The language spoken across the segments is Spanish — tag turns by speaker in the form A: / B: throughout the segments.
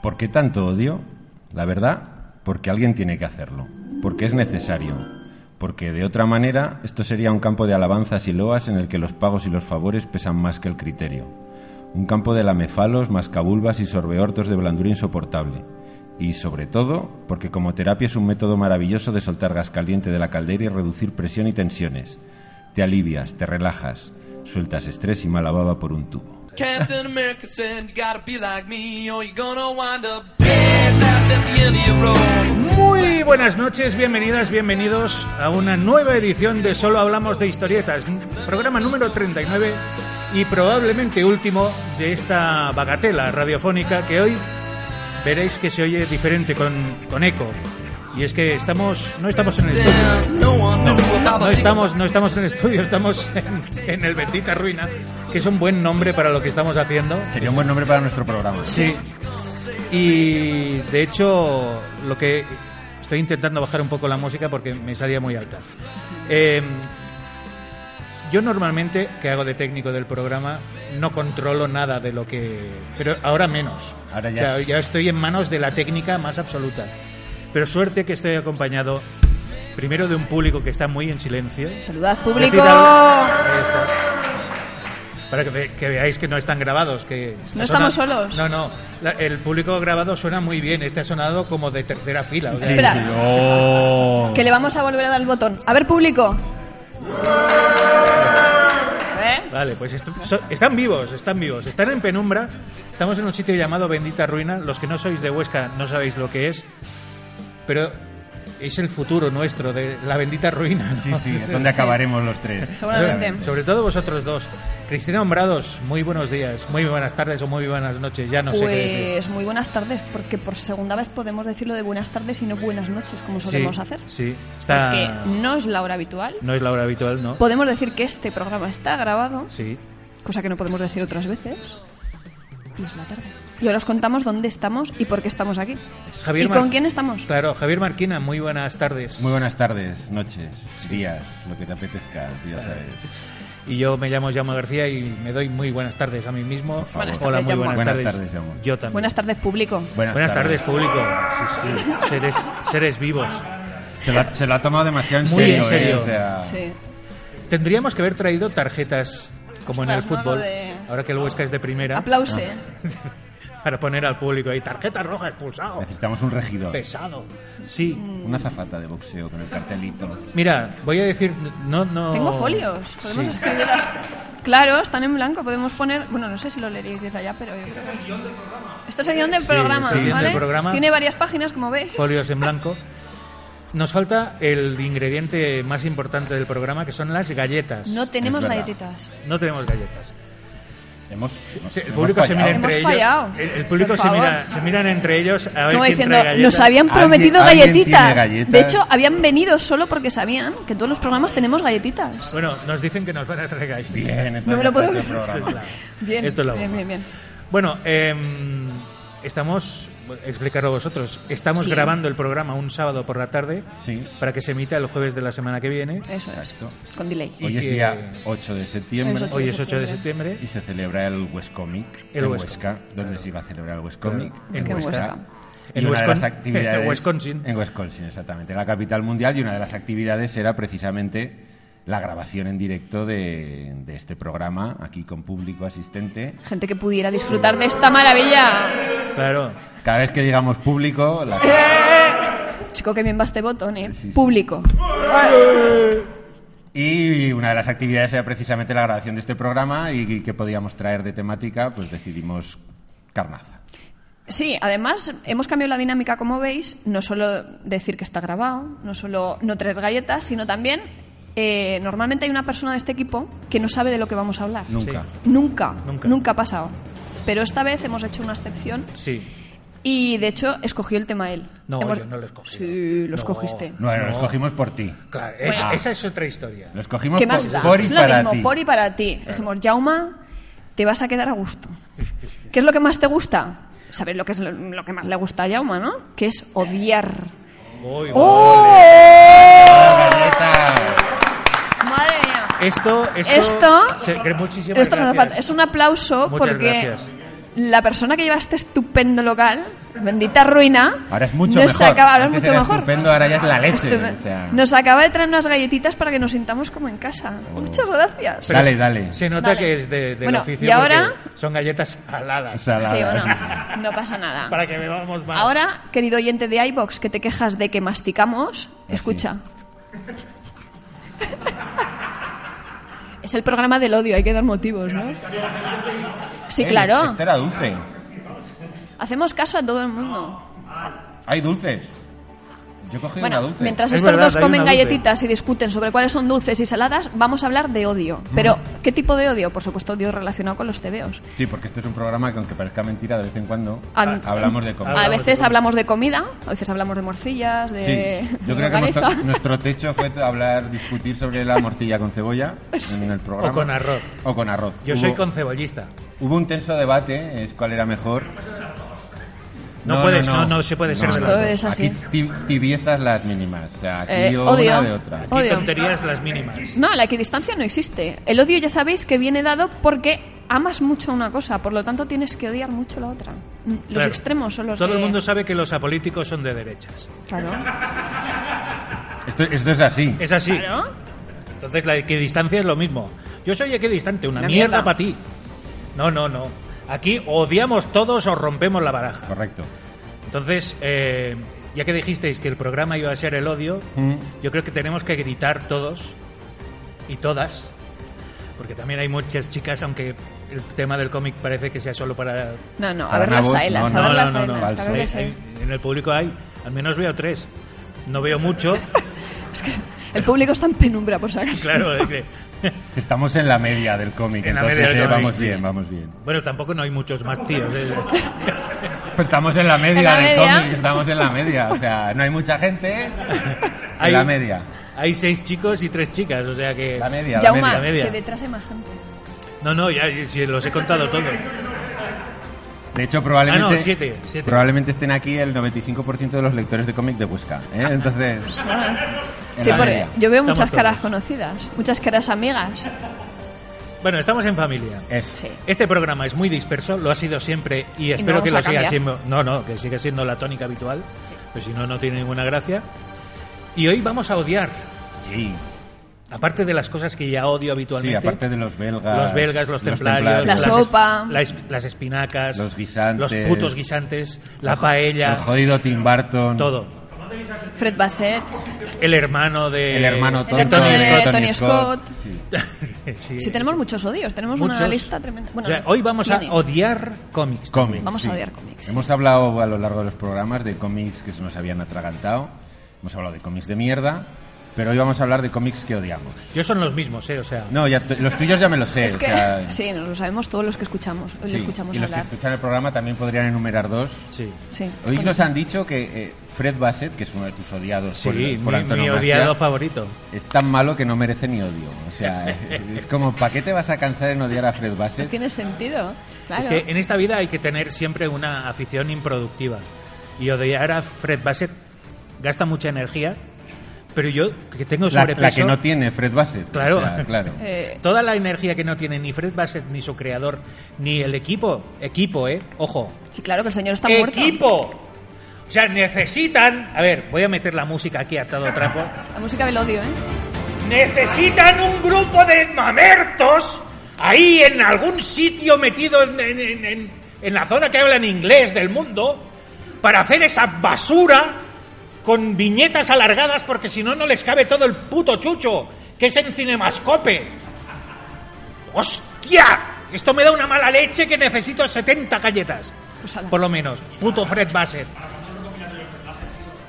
A: ¿Por qué tanto odio? La verdad, porque alguien tiene que hacerlo, porque es necesario, porque de otra manera esto sería un campo de alabanzas y loas en el que los pagos y los favores pesan más que el criterio, un campo de lamefalos, mascabulbas y sorbeortos de blandura insoportable, y sobre todo porque como terapia es un método maravilloso de soltar gas caliente de la caldera y reducir presión y tensiones. Te alivias, te relajas, sueltas estrés y mala baba por un tubo.
B: Captain America said, You gotta be like me, or you're gonna wind up dead fast at the end of your road.
C: Muy buenas noches, bienvenidas, bienvenidos a una nueva edición de Solo Hablamos de Historietas, programa número 39 y probablemente último de esta bagatela radiofónica que hoy veréis que se oye diferente con, con eco. Y es que estamos, no estamos en el estudio,
B: Then no one knew about
C: no
B: the thing
C: estamos, no estamos en el estudio, estamos en, en el Bendita Ruina, que es un buen nombre para lo que estamos haciendo.
A: Sería un buen nombre para nuestro programa.
C: Sí. Y de hecho, lo que estoy intentando bajar un poco la música porque me salía muy alta. Eh, yo normalmente, que hago de técnico del programa, no controlo nada de lo que. Pero ahora menos.
A: Ahora ya
C: O sea,
A: es-
C: ya estoy en manos de la técnica más absoluta. Pero suerte que estoy acompañado primero de un público que está muy en silencio.
D: Saludad público.
C: Decid algo. Ahí está. Para que, ve- que veáis que no están grabados, que
D: No estamos solos.
C: No, no. La- el público grabado suena muy bien. Este ha sonado como de tercera fila. o sea,
D: Espera. Que le vamos a volver a dar el botón. A ver, público. ¿Eh?
C: Vale, pues esto- so- están vivos, están vivos. Están en penumbra. Estamos en un sitio llamado Bendita Ruina. Los que no sois de Huesca no sabéis lo que es, pero es el futuro nuestro de la bendita ruina. ¿no?
A: Sí, sí, es donde acabaremos los tres.
D: Seguramente.
C: Sobre todo vosotros dos. Cristina Hombrados, muy buenos días, muy buenas tardes o muy buenas noches, ya no sé qué decir.
D: Pues muy buenas tardes, porque por segunda vez podemos decirlo de buenas tardes y no buenas noches, como solemos hacer.
C: Sí,
D: Porque
C: está...
D: Ah. no es la hora habitual.
C: No es la hora habitual, ¿no?
D: Podemos decir que este programa está grabado,
C: Sí.
D: cosa que no podemos decir otras veces. Y es la tarde. Y ahora os contamos dónde estamos y por qué estamos aquí.
C: Javier
D: ¿Y con
C: Mar-
D: quién estamos?
C: Claro, Javier Marquina, muy buenas tardes.
A: Muy buenas tardes, noches, días, lo que te apetezca, tú ya sabes.
C: Y yo me llamo Jaume García y me doy muy buenas tardes a mí mismo.
A: favor. Buenas
C: Hola,
D: tardes,
C: muy
D: Jaume.
C: buenas,
A: Buenas
C: tardes.
A: tardes, Jaume.
C: Yo también.
D: Buenas tardes, público.
A: Buenas,
C: Buenas tardes, público. Sí, sí, seres, seres vivos.
A: Se la, se la ha tomado demasiado en
C: Muy
A: serio,
C: en serio.
A: ¿eh? O sea,
D: Sí.
C: Tendríamos que haber traído tarjetas como en el
D: Ostras, no,
C: fútbol.
D: lo de-
C: Ahora que el Huesca es de primera.
D: Aplause.
C: Para poner al público ahí, tarjeta roja, expulsado.
A: necesitamos un regidor,
C: Pesado. Sí.
A: una zafata de boxeo con el cartelito.
C: Mira, voy a decir... No, no...
A: Oh,
D: Tengo folios. Podemos
C: Sí.
D: escribir las. Claro, están en blanco. Podemos poner. Bueno, no sé si lo leeréis desde allá, pero. Este es el guión del programa. Este es el guión del
C: Sí,
D: programa,
C: sí, es el
D: ¿vale?
C: programa.
D: Tiene varias páginas, como veis.
C: folios en blanco. Nos falta el ingrediente más importante del programa, que son las galletas.
D: No tenemos
A: Es verdad.
D: galletitas.
C: No tenemos galletas.
A: Hemos,
C: Se- el
A: hemos
C: público se mira
A: fallado.
C: entre ellos.
D: Hemos fallado.
C: El, el público
D: Por
C: se, mira,
D: favor.
C: se miran entre ellos a ver
D: Como
C: quién
D: diciendo,
C: trae galletas.
D: nos habían
A: ¿Alguien-
D: prometido
A: alguien tiene
D: galletitas.
A: galletas?
D: De hecho, habían venido solo porque sabían que en todos los programas tenemos galletitas.
C: Bueno, nos dicen que nos van a traer galletas.
A: Bien, está
D: No me
A: bien
D: lo puedo
A: hecho el
D: creer.
C: Esto es la-
A: programa.
D: Bien,
C: Esto es la
D: bien,
C: bomba.
D: bien, bien.
C: Bueno, em, estamos, explicarlo vosotros, estamos
D: Sí.
C: grabando el programa un sábado por la tarde
A: Sí,
C: para que se emita el jueves de la semana que viene.
D: Eso es.
A: exacto.
D: Con delay.
C: Y
A: Hoy es
C: que-
A: día 8 de
D: Es
A: septiembre.
D: ocho.
C: Hoy es 8 de septiembre.
A: Y se celebra el Westcomic
C: El
A: en
C: West-
A: Huesca, donde se iba a celebrar el Westcomic
C: Claro.
D: En Huesca.
A: Y
C: En
A: una de las
C: Wisconsin-
A: actividades
C: en Wisconsin.
A: en Wisconsin, exactamente, la capital mundial y una de las actividades era precisamente la grabación en directo de, de este programa aquí con público asistente.
D: Gente que pudiera disfrutar de esta maravilla.
C: Claro.
A: Cada vez que digamos público, la
D: Chico, que bien va este botón, ¿eh?
A: Sí, sí.
D: Público.
A: Y una de las actividades era precisamente la grabación de este programa y, que podíamos traer de temática, pues decidimos carnaza.
D: Sí, además hemos cambiado la dinámica, como veis, no solo decir que está grabado, no solo no traer galletas, sino también eh, normalmente hay una persona de este equipo que no sabe de lo que vamos a hablar.
A: Nunca.
C: Sí.
D: Nunca,
C: Nunca.
D: nunca, ha pasado. Pero esta vez hemos hecho una excepción
C: Sí.
D: y de hecho escogió el tema él.
C: No,
D: Hemos-
C: yo no lo escogí.
D: Sí, lo
C: No.
D: escogiste.
A: Bueno,
C: No.
A: los cogimos por ti.
C: Claro, esa,
A: Ah.
C: esa es otra historia.
A: Los cogimos
D: ¿Qué
A: por,
D: más da?
A: por y
D: es lo
A: para
D: mismo,
A: ti.
D: por y para ti. Dijimos, Jauma, te vas a quedar a gusto. ¿Qué es lo que más te gusta? Sabes lo que es lo, lo que más le gusta a Jauma, ¿no? Que es odiar.
C: Uy,
D: ¡Oh!
A: Galleta.
D: Madre mía.
C: Esto, esto,
D: Esto-
C: se- que muchísimas
D: Esto nos hace
C: gracias.
D: falta. Es un aplauso
C: Muchas
D: porque
C: gracias.
D: la persona que lleva este estupendo local, bendita ruina,
A: Ahora es mucho
D: nos
A: mejor.
D: acaba, ahora es
A: Antes
D: mucho
A: era
D: mejor.
A: estupendo, ahora ya es la leche,
D: Estupe-
A: o sea.
D: Nos acaba de traer unas galletitas para que nos sintamos como en casa. Muchas gracias.
C: Pero
A: Oh. Dale,
C: se-
A: dale.
C: Se nota
D: Dale.
C: que es de, del
D: Bueno,
C: oficio.
D: y ahora-
C: porque Son galletas saladas.
A: Salada.
D: Sí, bueno, no pasa nada.
C: Para que bebamos más.
D: Ah. Ahora, querido oyente de iBox, que te quejas de que masticamos,
A: Ah,
D: escucha. es el programa del odio, hay que dar motivos, ¿no? Sí,
A: Eh,
D: claro.
A: Este era dulce.
D: Hacemos caso a todo el mundo.
A: Hay dulces. Yo he cogido
D: Bueno,
A: una dulce.
D: mientras
C: Es
D: estos
C: verdad,
D: dos
C: hay
D: comen
C: una dulce.
D: galletitas y discuten sobre cuáles son dulces y saladas, vamos a hablar de odio. Pero, ¿qué tipo de odio? Por supuesto, odio relacionado con los tebeos.
A: Sí, porque este es un programa que aunque parezca mentira, de vez en cuando
D: An-
A: hablamos de
D: Ah, A
A: comida.
C: Hablamos de
D: veces
C: comida.
D: hablamos de comida, a veces hablamos de morcillas, de...
A: Sí, yo creo que
D: longaniza.
A: nuestro, nuestro techo fue hablar, discutir sobre la morcilla con cebolla en el programa.
C: O con arroz.
A: O con arroz.
C: Yo
A: Hubo-
C: soy concebollista.
A: Hubo un tenso debate, es cuál era mejor.
C: No puedes, no, no se puede ser de
D: las dos.
A: Aquí
D: Esto es así.
A: ti- tibiezas las mínimas. O sea, aquí
D: Eh,
A: o
D: odio.
A: una de otra.
C: Y
D: Odio.
C: tonterías las mínimas.
D: No, la equidistancia no existe. El odio ya sabéis que viene dado porque amas mucho una cosa, por lo tanto tienes que odiar mucho la otra. Mm, Los
C: Claro.
D: extremos son los
C: Todo
D: de-
C: el mundo sabe que los apolíticos son de derechas.
D: Claro.
A: Esto, esto es así.
C: Es así.
D: Claro.
C: Entonces la equidistancia es lo mismo. Yo soy equidistante, una
D: Una
C: mierda,
D: mierda.
C: para ti. No, no, no. Aquí odiamos todos o rompemos la baraja.
A: Correcto.
C: Entonces, eh, ya que dijisteis que el programa iba a ser el odio,
A: Mm.
C: yo creo que tenemos que gritar todos y todas, porque también hay muchas chicas, aunque el tema del cómic parece que sea solo para...
D: No, no, a
A: Para
D: ver las
A: nabos,
D: aelas,
A: no,
D: a ver
A: no,
D: las
A: no, no,
D: aelas,
A: falso.
D: a ver las
C: Hay-
D: aelas.
C: en el público hay, al menos veo tres. No veo mucho,
D: Es que el público está en penumbra, por si acaso.
C: claro. es que-
A: Estamos en la media del cómic,
C: En la
A: entonces
C: media del
A: eh,
C: cómic,
A: vamos
C: sí.
A: bien, vamos bien.
C: Bueno, tampoco no hay muchos más tíos. eh.
A: Pues estamos en la media
D: ¿En la
A: del
D: media?
A: cómic, estamos en la media. O sea, no hay mucha gente. ¿eh?
C: Hay-
A: En la media.
C: Hay seis chicos y tres chicas, o sea que...
A: La media, la
D: Jauma,
A: media.
C: media.
D: que detrás hay más gente.
C: No, no, ya sí, los he contado todos.
A: De hecho, probablemente,
C: Ah, no, siete, siete.
A: probablemente estén aquí el 95% de los lectores de cómic de Huesca. ¿eh? Entonces, en
D: Sí,
A: la
D: porque
A: media.
D: yo veo
C: Estamos
D: muchas caras
C: todos.
D: conocidas, muchas caras amigas.
C: Bueno, estamos en familia.
A: Eso.
D: Sí.
C: Este programa es muy disperso, lo ha sido siempre y espero
D: vamos
C: que lo
D: a
C: siga
D: cambiar.
C: siendo. No, no, que siga siendo la tónica habitual, pues si no, no tiene ninguna gracia. Y hoy vamos a odiar,
A: Sí.
C: aparte de las cosas que ya odio habitualmente.
A: Sí, aparte de los belgas.
C: los belgas, los templarios,
D: La
C: las,
D: templarios. sopa.
C: es- las, las espinacas,
A: Los guisantes.
C: los putos guisantes, la paella,
A: El jodido Tim Burton.
C: todo.
D: Fred Bassett,
C: El hermano de
A: El
C: Eh,
A: hermano
D: Tony
A: tonto
D: hermano de
A: Scott.
D: Tony Scott.
A: Sí.
C: Sí,
D: si tenemos muchos odios, tenemos una
C: muchos.
D: lista tremenda. Bueno,
C: O sea,
D: no,
C: hoy vamos a
D: viene.
C: odiar cómics.
A: Cómics,
D: Vamos a
A: sí.
D: odiar cómics, sí.
A: Hemos hablado a lo largo de los programas de cómics que se nos habían atragantado. Hemos hablado de cómics de mierda. Pero hoy vamos a hablar de cómics que odiamos.
C: Yo son los mismos, eh, o sea.
A: No, ya, t- los tuyos ya me los sé.
D: Es
A: o
D: que
A: sea,
D: sí, nos lo sabemos todos los que escuchamos, hoy
A: sí.
D: lo escuchamos
A: y los que
D: hablar.
A: escuchan el programa también podrían enumerar dos.
C: Sí.
D: Sí.
A: Hoy
D: Con-
A: nos han dicho que eh, Fred Bassett, que es uno de tus odiados
C: Sí,
A: por, por
C: mi, mi
A: antonomasia,
C: odiado favorito.
A: es tan malo que no merece ni odio. O sea, es como, ¿para qué te vas a cansar en odiar a Fred
D: No
A: Bassett?
D: tiene sentido. Claro.
C: Es que en esta vida hay que tener siempre una afición improductiva. Y odiar a Fred Bassett gasta mucha energía, pero yo que tengo
A: La,
C: sobrepeso...
A: la que no tiene Fred Bassett. o
C: Claro.
A: sea, claro.
D: Eh,
C: Toda la energía que no tiene ni Fred Bassett, ni su creador, ni el equipo, equipo, ¿eh? Ojo,
D: sí, claro que el señor está muerto.
C: equipo. O sea, necesitan... A ver, voy a meter la música aquí a todo trapo.
D: La música del odio, ¿eh?
C: Necesitan un grupo de mamertos ahí en algún sitio metido en, en- en- en- en la zona que hablan inglés del mundo para hacer esa basura con viñetas alargadas porque si no, no les cabe todo el puto chucho que es en Cinemascope. ¡Hostia! Esto me da una mala leche que necesito 70 galletas.
D: Pues ala.
E: Por lo menos. Puto Fred Bassett.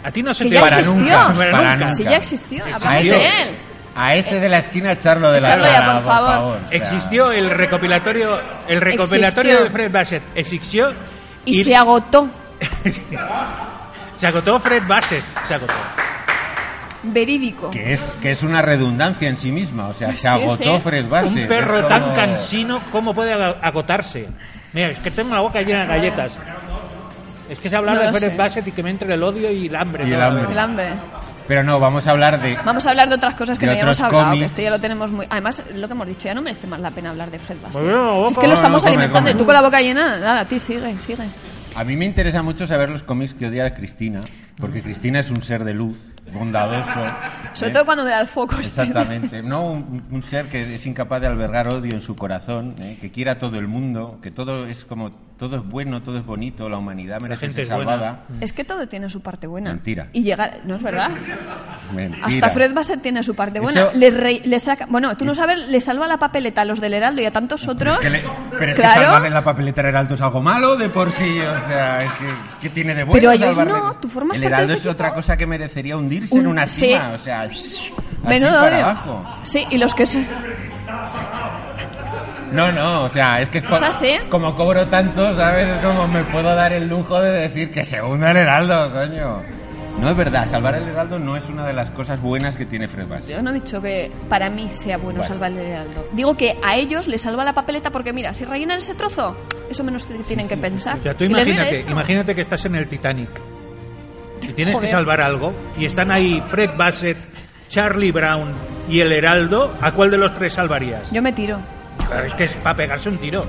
E: A ti no se
D: Que
E: te
D: ya
E: va
A: Para
D: existió.
A: nunca, para
E: Para
A: nunca.
D: Si ya existió, hablamos
E: Existió.
D: de él.
A: A ese de la esquina, Charlo de la
D: Charlo ya,
A: Grada,
D: por favor.
A: o sea,
E: Existió el recopilatorio, el recopilatorio
D: Existió.
E: de Fred Bassett. Existió
D: Y se agotó.
E: se agotó Fred Bassett. Se agotó.
D: Verídico.
A: Que es, que es una redundancia en sí misma. O sea,
D: Sí,
A: se agotó
D: sí.
A: Fred Bassett.
E: Un perro
A: Es
E: tan
A: como-
E: cansino, ¿cómo puede ag- agotarse? Mira, es que tengo la boca llena de galletas. Es que se hablar
D: No
E: de
D: lo
E: Fred
D: sé.
E: Bassett y que me entre el odio y el hambre.
A: Y el
E: toda la
A: hambre.
D: El hambre.
A: Pero no, vamos a hablar de.
D: Vamos a hablar de otras cosas que
A: De
D: no habíamos
A: otros
D: hablado, que
A: cómics.
D: esto ya lo tenemos muy... Además, lo que hemos dicho, ya no merece más la pena hablar de Fred Bassett.
E: Pues yo,
D: Si es
E: boca,
D: que
A: no,
D: lo estamos
A: come,
D: alimentando
A: come.
D: y tú con la boca llena, nada, a ti sigue, sigue.
A: A mí me interesa mucho saber los cómics que odia a Cristina, porque Cristina es un ser de luz, bondadoso.
D: Sobre
A: ¿eh?
D: todo cuando me da el foco este.
A: Exactamente, no un, un ser que es incapaz de albergar odio en su corazón, ¿eh? que quiera a todo el mundo, que todo es como todo es bueno, todo es bonito, la humanidad merece
E: gente
A: ser
E: es buena.
A: salvada.
D: Es que todo tiene su parte buena.
A: Mentira.
D: Y llegar... No es verdad.
A: Mentira.
D: Hasta Fred Bassett tiene su parte buena.
A: Eso-
D: Les re- les saca... Bueno, tú no sabes, le salva la papeleta a los del Heraldo y a tantos
A: Pero
D: otros.
A: es que, le- pero es que
D: claro.
A: salvarle la papeleta al Heraldo es algo malo de por sí, o sea, es que, ¿qué tiene de bueno
D: Pero a ellos
A: salvarle?
D: no, tú formas
A: El
D: parte de
A: Heraldo
D: ese
A: es otra
D: equipo.
A: cosa que merecería hundirse en
D: Un-
A: una
D: sí.
A: cima, o sea, así
D: Menudo
A: para
D: odio.
A: abajo.
D: Sí, y los que son...
A: No, no, o sea, es que es
D: O sea, sí.
A: como cobro tanto, ¿sabes? Es como me puedo dar el lujo de decir que se hunda el heraldo, coño. No es verdad, salvar el heraldo no es una de las cosas buenas que tiene Fred Bassett.
D: Yo no he dicho que para mí sea bueno
A: Vale.
D: salvar el heraldo. Digo que a ellos les salva la papeleta porque, mira, si rellenan ese trozo, eso menos que tienen que pensar.
E: O sea, tú
D: Y les viene
E: imagínate,
D: hecho.
E: imagínate que estás en el Titanic y tienes
D: Joder.
E: que salvar algo y están ahí Fred Bassett, Charlie Brown y el Heraldo. ¿A cuál de los tres salvarías?
D: Yo me tiro.
E: Pero es que es para pegarse un tiro.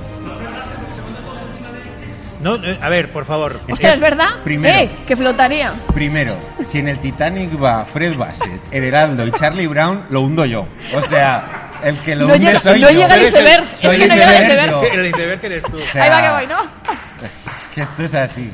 E: No, eh, a ver, por favor.
A: Es
D: Ostras,
A: que
D: ¿es verdad?
A: primero-
D: ¡Eh! Que flotaría.
A: Primero, si en el Titanic va Fred Bassett, el heraldo y Charlie Brown, lo hundo yo. O sea, el que lo
D: No
A: hunde
D: llega-
A: soy
D: no
A: yo.
D: llega el
A: Eres
D: iceberg,
A: soy
D: es que no llega el
A: iceberg
D: iceberg.
A: yo.
E: El iceberg eres tú.
A: O sea,
D: Ahí va que voy, ¿no?
A: Que esto es así.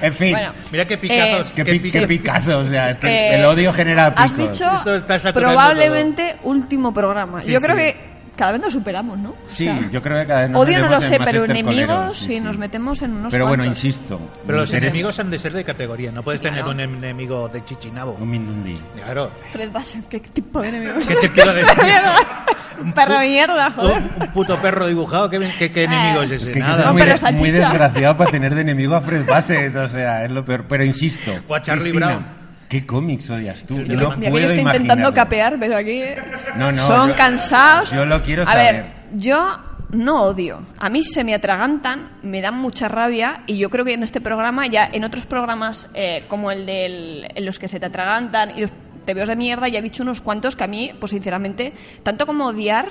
A: En fin,
D: Bueno.
E: Mira qué picazos.
D: Eh,
A: qué,
E: qué
A: pi-
E: pica-
A: qué picazo, o sea, es que
D: Eh,
A: el odio genera picos.
D: Has dicho
E: Esto está saturando
D: probablemente último programa.
E: Sí,
D: Yo creo
E: sí.
D: que cada vez nos superamos, ¿no? O
A: Sí,
D: sea,
A: yo creo que cada vez nos
D: Odio no lo
A: metemos en
D: sé,
A: más
D: pero
A: estercoleros,
D: enemigos,
A: sí,
D: si
A: sí.
D: nos metemos en unos
A: Pero bueno,
D: cuantos.
A: insisto.
E: Pero los
A: eres
E: enemigos han de ser de categoría. No puedes
D: Sí, claro.
E: tener un enemigo de chichinabo.
A: Un mindundi.
E: Claro.
D: Fred Bassett, ¿qué tipo de enemigo
E: ¿Qué
D: es?
E: te
D: Es
E: quiero
D: que es
E: decir?
D: una mierda. Es un perro de mierda, joder.
E: Un, un puto perro dibujado. ¿Qué, qué- qué enemigo es ese?
A: Es que yo
E: Nada.
A: soy muy,
D: pero
A: de-
D: salchicha.
A: muy desgraciado para tener de enemigo a Fred Bassett, o sea, es lo peor. Pero insisto.
E: O a Charlie
A: Cristina,
E: Brown.
A: ¿Qué cómics odias tú?
E: Yo
A: no
D: Mira, que
A: puedo
D: yo estoy intentando
A: imaginarlo.
D: capear, pero aquí eh.
A: No, no,
D: son
A: yo-
D: cansados.
A: yo lo quiero
D: A
A: saber.
D: ver, yo no odio. A mí se me atragantan, me dan mucha rabia y yo creo que en este programa, ya en otros programas eh, como el de los que se te atragantan y los tebeos de mierda, ya he dicho unos cuantos que a mí, pues sinceramente, tanto como odiar...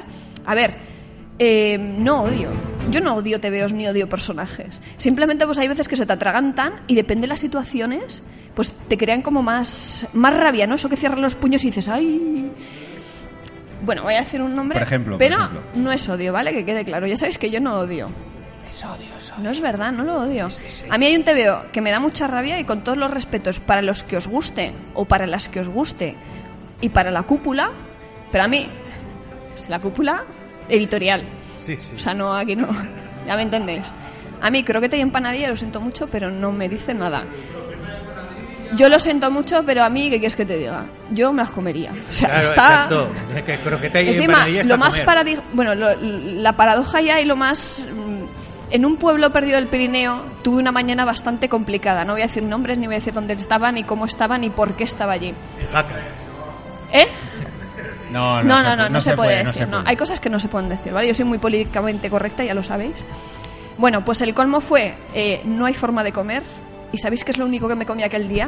D: A ver... eh, no odio. Yo no odio tebeos ni odio personajes. Simplemente pues hay veces que se te atragantan y depende de las situaciones, pues te crean como más, más rabia, ¿no? Eso que cierran los puños y dices, ay, bueno, voy a decir un nombre.
A: Por ejemplo, por
D: Pero
A: ejemplo.
D: no es odio, ¿vale? Que quede claro. Ya sabéis que yo no odio. Es odio, No es verdad, no lo odio. A mí hay un TVO que me da mucha rabia y con todos los respetos para los que os guste o para las que os guste y para la cúpula, pero a mí es la cúpula editorial.
E: Sí, sí.
D: O sea, no, aquí no. Ya me entendéis. A mí croqueta y empanadilla lo siento mucho, pero no me dice nada. Yo lo siento mucho, pero a mí, ¿qué quieres que te diga? Yo me las comería. O sea,
E: Claro,
D: está...
E: exacto. Es que croqueta y
D: Encima,
E: empanadillas
D: lo
E: pa'
D: más
E: comer.
D: paradi- bueno, lo- la paradoja ya y lo más mm, en un pueblo perdido del Pirineo tuve una mañana bastante complicada. No voy a decir nombres, ni voy a decir dónde estaba, ni cómo estaba, ni por qué estaba allí.
E: En jaca.
D: ¿Eh?
A: No,
D: No,
A: se
D: no, no, no,
A: pu-
D: se, puede decir.
A: se
D: no.
A: puede.
D: Hay cosas que no se pueden decir, ¿vale? Yo soy muy políticamente correcta, ya lo sabéis. Bueno, pues el colmo fue, eh, no hay forma de comer. ¿Y sabéis qué es lo único que me comí aquel día?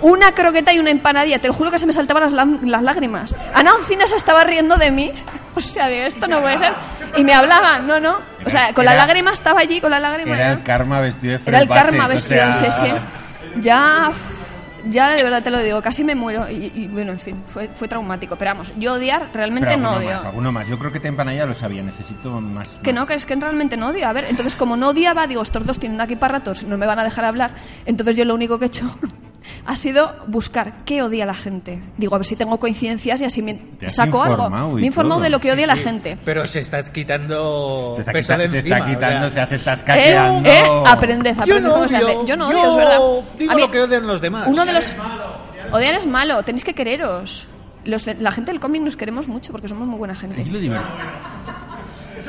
D: Una croqueta y una empanadilla. Te lo juro que se me saltaban las, lam- las lágrimas. Ana Oncina se estaba riendo de mí. O sea, de esto no puede ser. Y me hablaban, no, no. O sea, con la
A: Era-
D: lágrima estaba allí, con la lágrima.
A: Era
D: ¿no?
A: el karma vestido de Fred
D: Era el
A: Bassett,
D: karma
A: o
D: vestido,
A: sea,
D: sí, sí. Ya, f- ya de verdad te lo digo, casi me muero. Y, y, bueno, en fin, fue, fue traumático. Pero vamos, yo odiar
A: Pero
D: realmente no
A: alguno
D: odio.
A: más, alguno más. Yo creo que te empanadilla lo sabía, necesito más.
D: Que
A: más.
D: no, que es que realmente no odio. A ver, entonces como no odiaba, digo, estos dos tienen aquí para ratos, no me van a dejar hablar. Entonces yo lo único que he hecho ha sido buscar qué odia la gente. Digo, a ver si tengo coincidencias y así me
A: Te has
D: saco algo.
A: informado y
D: Me he informado
A: todo.
D: de lo que
A: Sí,
D: odia la gente.
E: Pero se está quitando
A: Se está,
E: peso de
A: quita- se
E: encima,
A: está quitando,
E: o
A: se
E: sea,
A: hace- se está
D: Eh,
A: escaqueando.
D: eh, aprended, aprended
E: Yo no
D: cómo se hace.
E: odio,
D: Yo no
E: yo
D: odio, es verdad.
E: digo
D: A
E: lo que odian los demás.
D: Uno de los odiar es malo, tenéis que quereros. Los de- la gente del cómic nos queremos mucho porque somos muy buena gente.
A: Aquí lo divertido.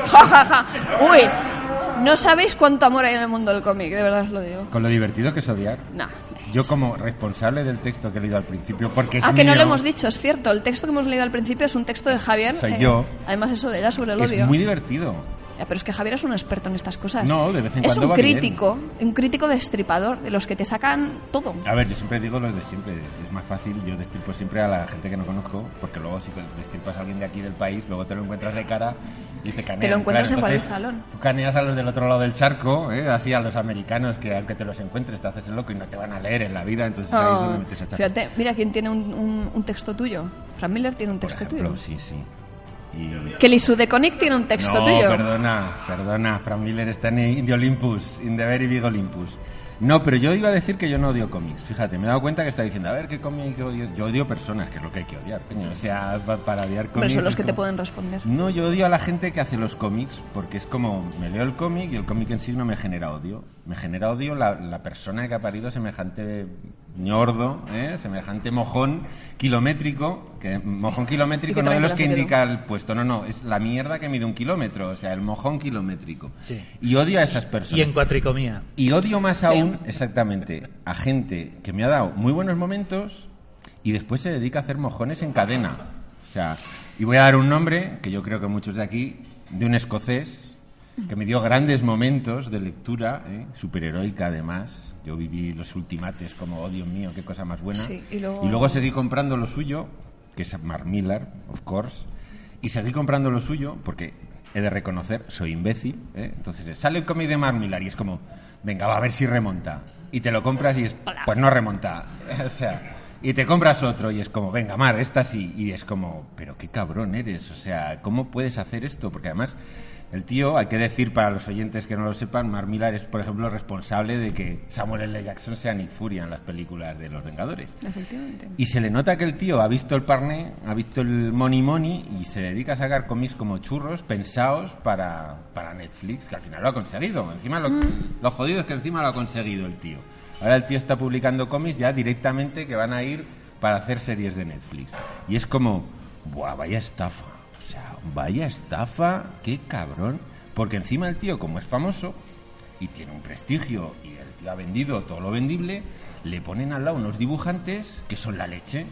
D: Ja, ja, ja. Uy, no sabéis cuánto amor hay en el mundo del cómic, de verdad os lo digo.
A: Con lo divertido que es odiar.
D: Nah.
A: Yo como responsable del texto que he leído al principio, porque es
D: Ah, que no
A: mío,
D: lo hemos dicho, es cierto. El texto que hemos leído al principio es un texto de Javier. eh,
A: Soy yo.
D: Además, eso era sobre el odio.
A: es muy divertido.
D: Ya, Pero es que Javier es un experto en estas cosas.
A: No, de vez en
D: es
A: cuando
D: un
A: va bien.
D: crítico, un crítico destripador, de los que te sacan todo.
A: A ver, yo siempre digo lo de siempre. Es más fácil, yo destripo siempre a la gente que no conozco, porque luego si destripas a alguien de aquí del país, luego te lo encuentras de cara y te caneas.
D: Te lo encuentras en cualquier salón.
A: Tú caneas a los del otro lado del charco, ¿eh? así a los americanos, que aunque te los encuentres te haces el loco y no te van a leer en la vida, entonces ahí es
D: Ah,
A: donde metes a charco.
D: fíjate, mira quién tiene un, un- un texto tuyo. Frank Miller tiene un
A: Por
D: texto
A: ejemplo,
D: tuyo.
A: sí, sí. Y...
D: Kelly Sue DeConnick tiene un texto
A: no,
D: tuyo.
A: perdona, perdona, Frank Miller está en Indie Olympus, in the very big Olympus. No, pero yo iba a decir que yo no odio cómics. Fíjate, me he dado cuenta que está diciendo, a ver, ¿qué cómic odio? Yo odio personas, que es lo que hay que odiar, coño. O sea, pa- para odiar cómics...
D: Pero son los
A: es
D: que te
A: como-
D: pueden responder.
A: No, yo odio a la gente que hace los cómics, porque es como, me leo el cómic y el cómic en sí no me genera odio. Me genera odio la, la persona que ha parido semejante ñordo, ¿eh? semejante mojón kilométrico, que mojón
D: y
A: kilométrico
D: que
A: no de
D: también
A: los
D: te
A: que
D: lo has
A: indica el puesto, no, no, es la mierda que mide un kilómetro, o sea, el mojón kilométrico.
E: Sí.
A: Y odio a esas personas.
E: Y en cuatricomía.
A: Y odio más aún, exactamente, a gente que me ha dado muy buenos momentos y después se dedica a hacer mojones en cadena. O sea, y voy a dar un nombre, que yo creo que muchos de aquí, de un escocés que me dio grandes momentos de lectura, ¿eh? superheroica además. Yo viví los ultimates como, oh Dios mío, qué cosa más buena.
D: Sí, y luego-
A: seguí comprando lo suyo, que es Mark Millar, of course, y seguí comprando lo suyo porque he de reconocer, soy imbécil. ¿eh? Entonces sale el cómic de Mark Millar y es como, venga, va a ver si remonta. Y te lo compras y es, pues no remonta. o sea, y te compras otro y es como, venga, Mar, esta sí. Y es como, pero qué cabrón eres. O sea, ¿cómo puedes hacer esto? Porque además, el tío, hay que decir para los oyentes que no lo sepan, Mark Millar es, por ejemplo, responsable de que Samuel L. Jackson sea Nick Fury en las películas de Los Vengadores.
D: Efectivamente.
A: Y se le nota que el tío ha visto el parné, ha visto el money money y se dedica a sacar cómics como churros pensados para, para Netflix, que al final lo ha conseguido. Encima lo, lo jodido es que encima lo ha conseguido el tío. Ahora el tío está publicando cómics ya directamente que van a ir para hacer series de Netflix. Y es como, buah, vaya estafa. O sea, vaya estafa, qué cabrón. Porque encima el tío, como es famoso, y tiene un prestigio y el tío ha vendido todo lo vendible, le ponen al lado unos dibujantes que son la leche.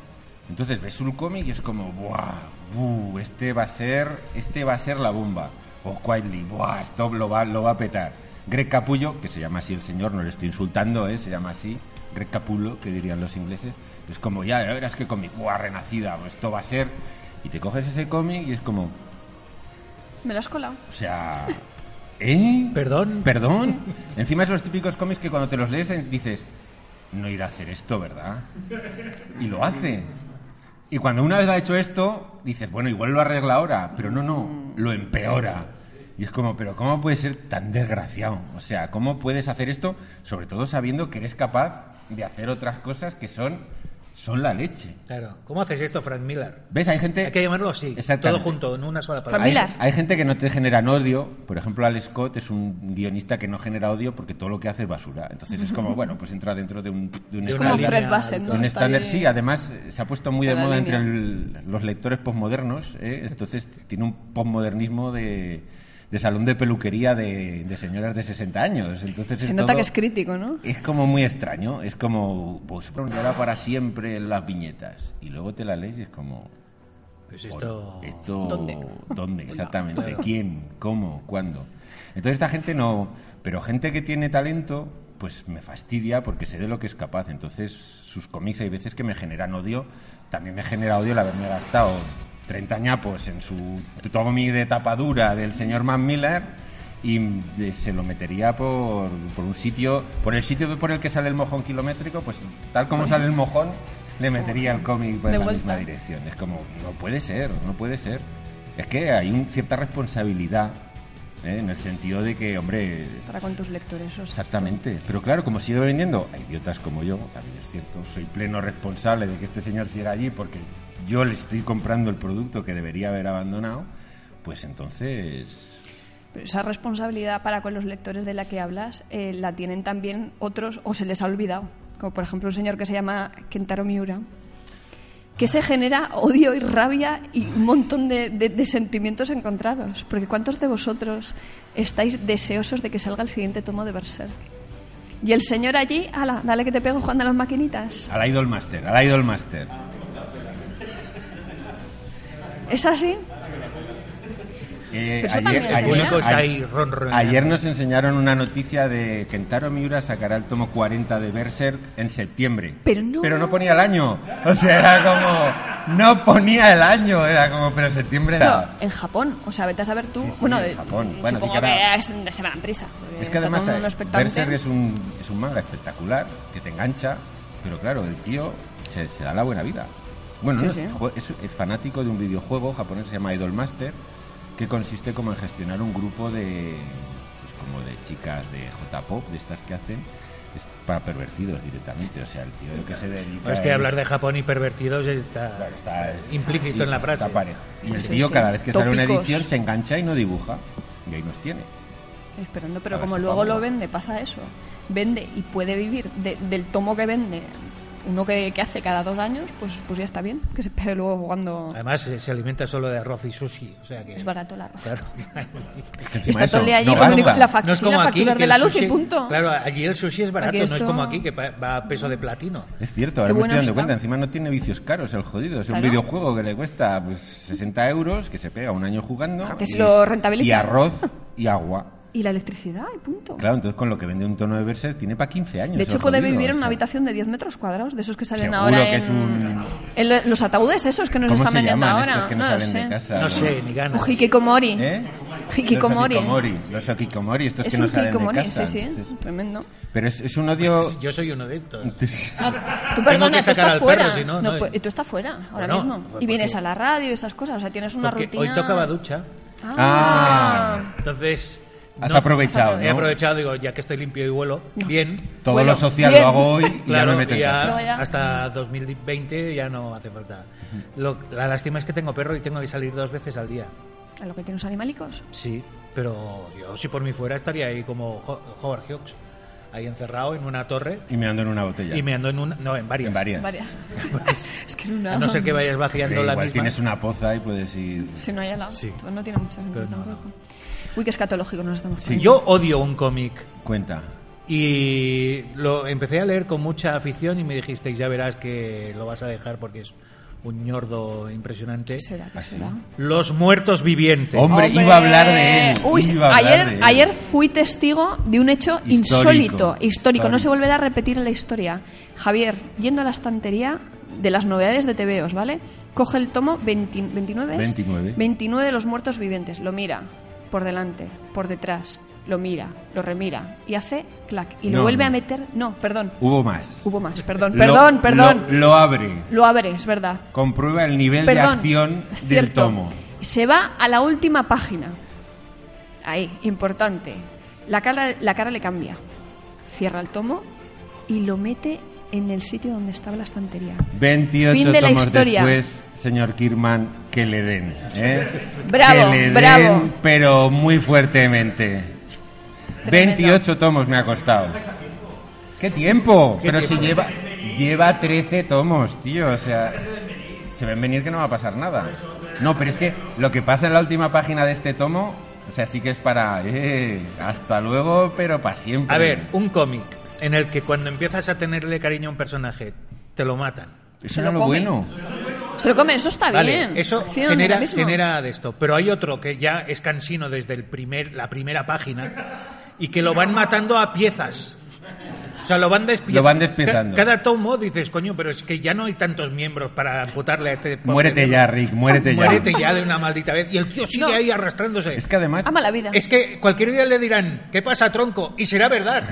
A: Entonces ves un cómic y es como, ¡buah! buh, este va a ser, este va a ser la bomba. O Quietly, ¡buah! Esto lo va, lo va a petar. Greg Capullo, que se llama así el señor, no le estoy insultando, ¿eh? se llama así. Greg Capullo, que dirían los ingleses. Es como, ya, ya verás que cómic, ¡buah! Renacida, pues esto va a ser. Y te coges ese cómic y es como,
D: Me lo has colado.
A: o sea. ¿Eh?
E: Perdón.
A: Perdón. Encima es los típicos cómics que cuando te los lees eh, dices, no irá a hacer esto, ¿verdad? Y lo hace. Y cuando una vez ha hecho esto, dices, bueno, igual lo arregla ahora, pero no,
E: Mm.
A: no, lo empeora. Y es como, pero ¿cómo puedes ser tan desgraciado? O sea, ¿cómo puedes hacer esto? Sobre todo sabiendo que eres capaz de hacer otras cosas que son, son la leche.
E: Claro. ¿Cómo haces esto, Frank Miller?
A: ¿Ves? Hay gente...
E: Hay que llamarlo así. Todo
A: Exactamente.
E: junto, en una sola palabra.
D: Frank
A: Hay,
D: Miller.
A: hay gente que no te generan odio. Por ejemplo, Al Scott es un guionista que no genera odio porque todo lo que hace es basura. Entonces es como, bueno, pues entra dentro de un, de un
E: De
D: Es
E: una
D: como
A: estándar.
D: Fred Bassett,
A: de
D: ¿no?
A: un
D: Está
A: estándar.
D: ahí-
A: Sí, además eh, se ha puesto muy de
D: En la
A: moda entre
D: línea.
A: el- los lectores posmodernos. ¿eh? Entonces tiene un posmodernismo de, de salón de peluquería de, de señoras de 60 años. Entonces
D: Se nota
A: todo-
D: que es crítico, ¿no?
A: es como muy extraño, es como, pues ahora para siempre en las viñetas. Y luego te la lees y es como,
E: Pues esto...
A: esto-
D: ¿Dónde?
A: ¿Dónde exactamente? ¿Quién? ¿Cómo? ¿Cuándo? Entonces esta gente no... Pero gente que tiene talento, pues me fastidia porque sé de lo que es capaz. Entonces sus cómics hay veces que me generan odio. También me genera odio el haberme gastado 30 ñapos en su tomi de tapadura del señor Matt Miller y de- se lo metería por, por un sitio, por el sitio por el que sale el mojón kilométrico, pues tal como sale el mojón, le metería el cómic en
D: De
A: la
D: vuelta.
A: misma dirección dirección. Es como, no puede ser, no puede ser. Es que hay una cierta responsabilidad ¿eh? en el sentido de que, hombre,
D: Para con tus lectores, o sea.
A: Exactamente. Pero claro, como sigue vendiendo a idiotas como yo, también es cierto, soy pleno responsable de que este señor siga allí porque yo le estoy comprando el producto que debería haber abandonado, pues entonces...
D: Pero esa responsabilidad para con los lectores de la que hablas eh, la tienen también otros o se les ha olvidado. Como por ejemplo un señor que se llama Kentaro Miura, que se genera odio y rabia y un montón de, de- de sentimientos encontrados. Porque ¿cuántos de vosotros estáis deseosos de que salga el siguiente tomo de Berserk? Y el señor allí, ala, dale que te pego jugando a las maquinitas.
A: Al Idol Master, al Idol Master.
D: ¿Es así?
A: Eh,
D: Pero eso también es
C: El único Eh, está
A: a-
C: ahí ronroneando.
A: ayer nos enseñaron una noticia de Kentaro Miura sacará el tomo 40 de Berserk en septiembre.
D: Pero no.
A: ponía el año. O sea, era como... No ponía el año, era como... Pero septiembre
D: Hecho,
A: era...
D: en Japón, o sea, vete a saber tú.
A: Sí, sí,
D: bueno,
A: en
D: de-
A: Japón. Bueno,
D: supongo
A: sí que ahora-
D: que es- se van a prisa.
A: Es
D: Está
A: que además
D: todo el mundo
A: eh,
D: expectante.
A: Berserk es un, es un manga espectacular, que te engancha, pero claro, el tío se, se da la buena vida. Bueno,
D: Sí,
A: no,
D: sí.
A: jo- Es, es fanático de un videojuego japonés que se llama Idol Master, que consiste como en gestionar un grupo de pues como de chicas de J-pop, de estas que hacen es para pervertidos directamente, o sea, el tío que se dedica
C: Es que
A: es-
C: hablar de Japón y pervertidos está,
A: Claro, está-
C: implícito en la frase.
A: está parejo. Y el
D: Sí,
A: tío
D: sí.
A: cada vez que sale una
D: Tópicos.
A: edición se engancha y no dibuja. Y ahí nos tiene.
D: Esperando,
A: A
D: pero
A: ver
D: como
A: si
D: luego
A: pago.
D: lo vende, pasa eso. Vende y puede vivir de- del tomo que vende, uno que, que hace cada dos años, pues, pues ya está bien, que se pegue luego jugando.
C: Además, eh, se alimenta solo de arroz y sushi. O sea que,
D: Es barato el arroz.
C: Claro.
A: Es que encima
D: Está todo el día
A: eso,
D: allí,
A: no
D: lo único-
A: gasta.
D: la, fac-
C: No es
D: sí,
C: como
D: la
C: aquí.
D: factura
C: que
D: de
C: el
D: la luz
C: sushi-
D: y punto.
C: Claro, allí el sushi es barato,
D: Aquí
C: no es
D: esto-
C: como aquí que pa- va a peso de platino.
A: Es cierto, ahora
D: Qué
A: me
D: bueno
A: estoy dando
D: está.
A: cuenta. Encima no tiene vicios caros el jodido. Es un
D: Claro.
A: videojuego que le cuesta pues, 60 euros, que se pega un año jugando.
D: Ah, que si
A: y-
D: lo rentabiliza.
A: Y arroz y agua.
D: Y la electricidad, y punto.
A: Claro, entonces con lo que vende un tono de Berserk tiene para 15 años.
D: De
A: el
D: hecho, puede
A: jodido,
D: vivir en
A: o
D: una
A: sea.
D: habitación de 10 metros cuadrados, de esos que salen
A: Seguro
D: ahora
A: que
D: en,
A: es un-
D: en lo- los ataúdes esos que nos
A: ¿Cómo
D: están
A: se
D: vendiendo
A: llaman
D: ahora.
A: estos que no,
D: lo
A: salen
D: sé.
A: de casa?
C: No sé, ni ganas.
D: O hikikomori.
A: ¿Eh?
D: Hikikomori.
A: Los hikikomori, los hikikomori, estos
D: Es
A: que no
D: un
A: salen de
D: hikikomori,
A: casa.
D: sí, sí.
A: Entonces-
D: Tremendo.
A: Pero es, es un odio...
C: Yo soy uno de estos.
D: Tú
C: Tengo
D: perdona,
C: que sacar
D: tú estás
C: al
D: fuera.
C: perro, si no, no,
D: pues,
C: eh.
D: y tú estás fuera ahora
C: Bueno,
D: mismo.
C: pues,
D: Y vienes
C: porque-
D: a la radio y esas cosas. O sea, tienes una
C: Porque
D: rutina.
C: hoy tocaba ducha.
D: Ah.
C: Entonces.
A: Has
C: no-
A: aprovechado,
C: He
A: ¿no?
C: aprovechado, digo, ya que estoy limpio y vuelo, bien.
A: Todo
D: Bueno,
A: lo social
D: bien.
A: lo hago hoy y ya
C: Claro,
A: me meto en
C: ya
A: casa.
D: Luego ya.
C: hasta 2020 ya no hace falta. Lo- la lástima es que tengo perro y tengo que salir dos veces al día.
D: A lo que tienes animalicos.
C: Sí, pero yo si por mí fuera estaría ahí como Ho- Howard Hughes, ahí encerrado en una torre
A: Y me ando en una botella.
C: y me ando en una, no, en varias.
A: En varias.
D: Varias. es que en una.
C: Pues, A no ser que vayas
A: Que
C: vaciando la
A: igual
C: misma.
A: tienes una poza y puedes ir...
D: Si no hay al lado.
C: Sí.
D: Tú No tiene mucha gente.
C: Pero no,
D: tampoco. Uy, qué escatológico nos estamos
A: Sí.
C: Yo odio un cómic
A: Cuenta.
C: y lo empecé a leer con mucha afición y me dijisteis, ya verás que lo vas a dejar porque es un ñordo impresionante.
D: ¿Qué será? ¿Qué
A: Así.
D: será?
C: Los muertos vivientes.
A: Hombre, iba a hablar de él.
D: Uy,
A: iba a hablar
D: ayer,
A: de él.
D: ayer fui testigo de un hecho
A: Histórico,
D: insólito, histórico. No
A: histórico.
D: se volverá a repetir en la historia. Javier, yendo a la estantería de las novedades de TVOs, ¿vale? Coge el tomo 20 29. es?
A: 29.
D: 29 de los muertos vivientes. Lo mira por delante, por detrás. Lo mira, lo remira y hace clac. Y lo
A: No,
D: vuelve
A: no.
D: a meter. No, perdón.
A: Hubo más.
D: Hubo más, perdón,
A: Lo-
D: perdón, perdón.
A: Lo, lo abre.
D: Lo abre, es verdad.
A: Comprueba el nivel de
D: Perdón,
A: acción del
D: cierto.
A: tomo.
D: Se va a la última página. Ahí, importante. La cara, la cara le cambia. Cierra el tomo y lo mete en el sitio donde estaba la estantería.
A: 28
D: Fin de la
A: tomos
D: historia.
A: después, señor Kirman, que le den. ¿eh?
D: Bravo,
A: que le den,
D: bravo.
A: pero muy fuertemente. 28 tomos me ha costado. ¿Qué tiempo? pero si lleva, lleva 13 tomos, tío. O sea, se ven venir que no va a pasar nada. No, pero es que lo que pasa en la última página de este tomo, o sea, sí que es para... eh, hasta luego, pero para siempre.
C: A ver, un cómic en el que cuando empiezas a tenerle cariño a un personaje, te lo matan.
A: Eso
D: se
A: era
D: lo
A: lo
D: come.
A: bueno.
D: Se lo comen, eso está
C: Vale,
D: Ah, bien.
C: eso
D: Sí, donde
C: genera,
D: ahora mismo.
C: genera de esto. Pero hay otro que ya es cansino desde el primer, la primera página y que lo van matando a piezas. O sea, lo van despiezando.
A: Lo van despiezando.
C: Ca- Cada, tomo dices, coño, pero es que ya no hay tantos miembros para amputarle a este. pobre
A: Muérete
C: tío".
A: ya, Rick, muérete ya.
C: Muérete ya de una maldita vez. Y el tío sigue
D: No.
C: ahí arrastrándose.
A: Es que además...
D: Ama la vida.
C: Es que cualquier día le dirán, ¿qué pasa, tronco? Y será verdad.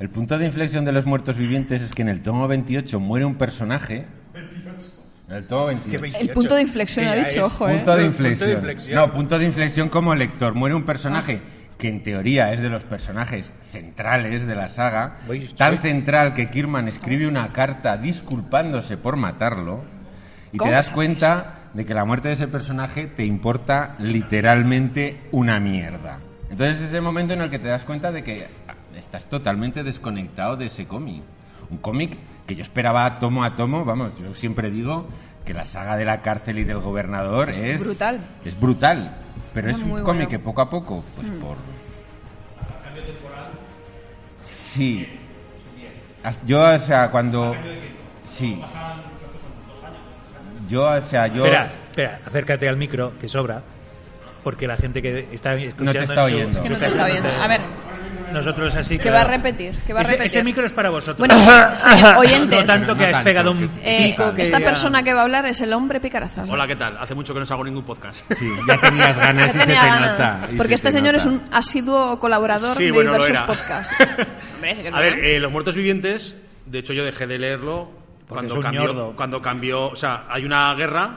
A: El punto de inflexión de los muertos vivientes es que en el tomo 28 muere un personaje El tomo
C: Que
A: 28.
C: 28.
D: El punto de inflexión
C: Que
D: ha
C: ya
D: dicho,
C: es
D: ojo, ¿eh?
A: Punto de
C: Punto de
A: inflexión.
C: inflexión. Ah.
A: No, punto de inflexión como lector. Muere un personaje que en teoría es de los personajes centrales de la saga,
C: Voy,
A: tan
C: soy-
A: central que Kirman escribe una carta disculpándose por matarlo y te
D: ¿Cómo
A: das
D: sabes?
A: cuenta de que la muerte de ese personaje te importa literalmente una mierda. Entonces es el momento en el que te das cuenta de que estás totalmente desconectado de ese cómic. Un cómic que yo esperaba tomo a tomo, vamos, yo siempre digo que la saga de la cárcel y del gobernador es,
D: brutal.
A: Es brutal, pero
D: Muy,
A: es un
D: muy
A: cómic
D: bueno. Hmm.
A: que poco a poco, pues por... Sí. As- Yo, o sea, cuando... Sí. Yo, o sea, yo...
C: Espera, espera, acércate al micro, que sobra. Porque la gente que está escuchando.
A: está
C: en su-
A: oyendo. Es
D: que
C: su
D: no te
C: casa
D: está oyendo. A ver.
C: Nosotros así
D: Que va a repetir, que va a
C: Ese-
D: repetir.
C: Ese, micro es para vosotros.
D: Bueno, sí, oyentes.
C: No tanto
A: No
C: que has
A: tanto,
C: pegado un
A: porque-
D: Eh,
C: pico que
D: esta
C: ya-
D: persona que va a hablar es el hombre picarazán.
F: Hola, ¿qué tal? Hace mucho que no salgo ningún podcast.
A: Sí, ya tenías ganas y
D: Ya tenía
A: se te
D: ganas.
A: nota. y
D: Porque
A: se te
D: este señor
A: nota.
D: es un asiduo colaborador
F: Sí,
D: de
F: bueno, lo
D: diversos
F: era.
D: podcasts. Hombre, sí que es
F: A ver,
D: verdad.
F: eh, Los Muertos Vivientes, de hecho yo dejé de leerlo
C: Porque es
F: cuando
C: un
F: cambió,
C: ñordo.
F: cuando cambió... O sea, hay una guerra,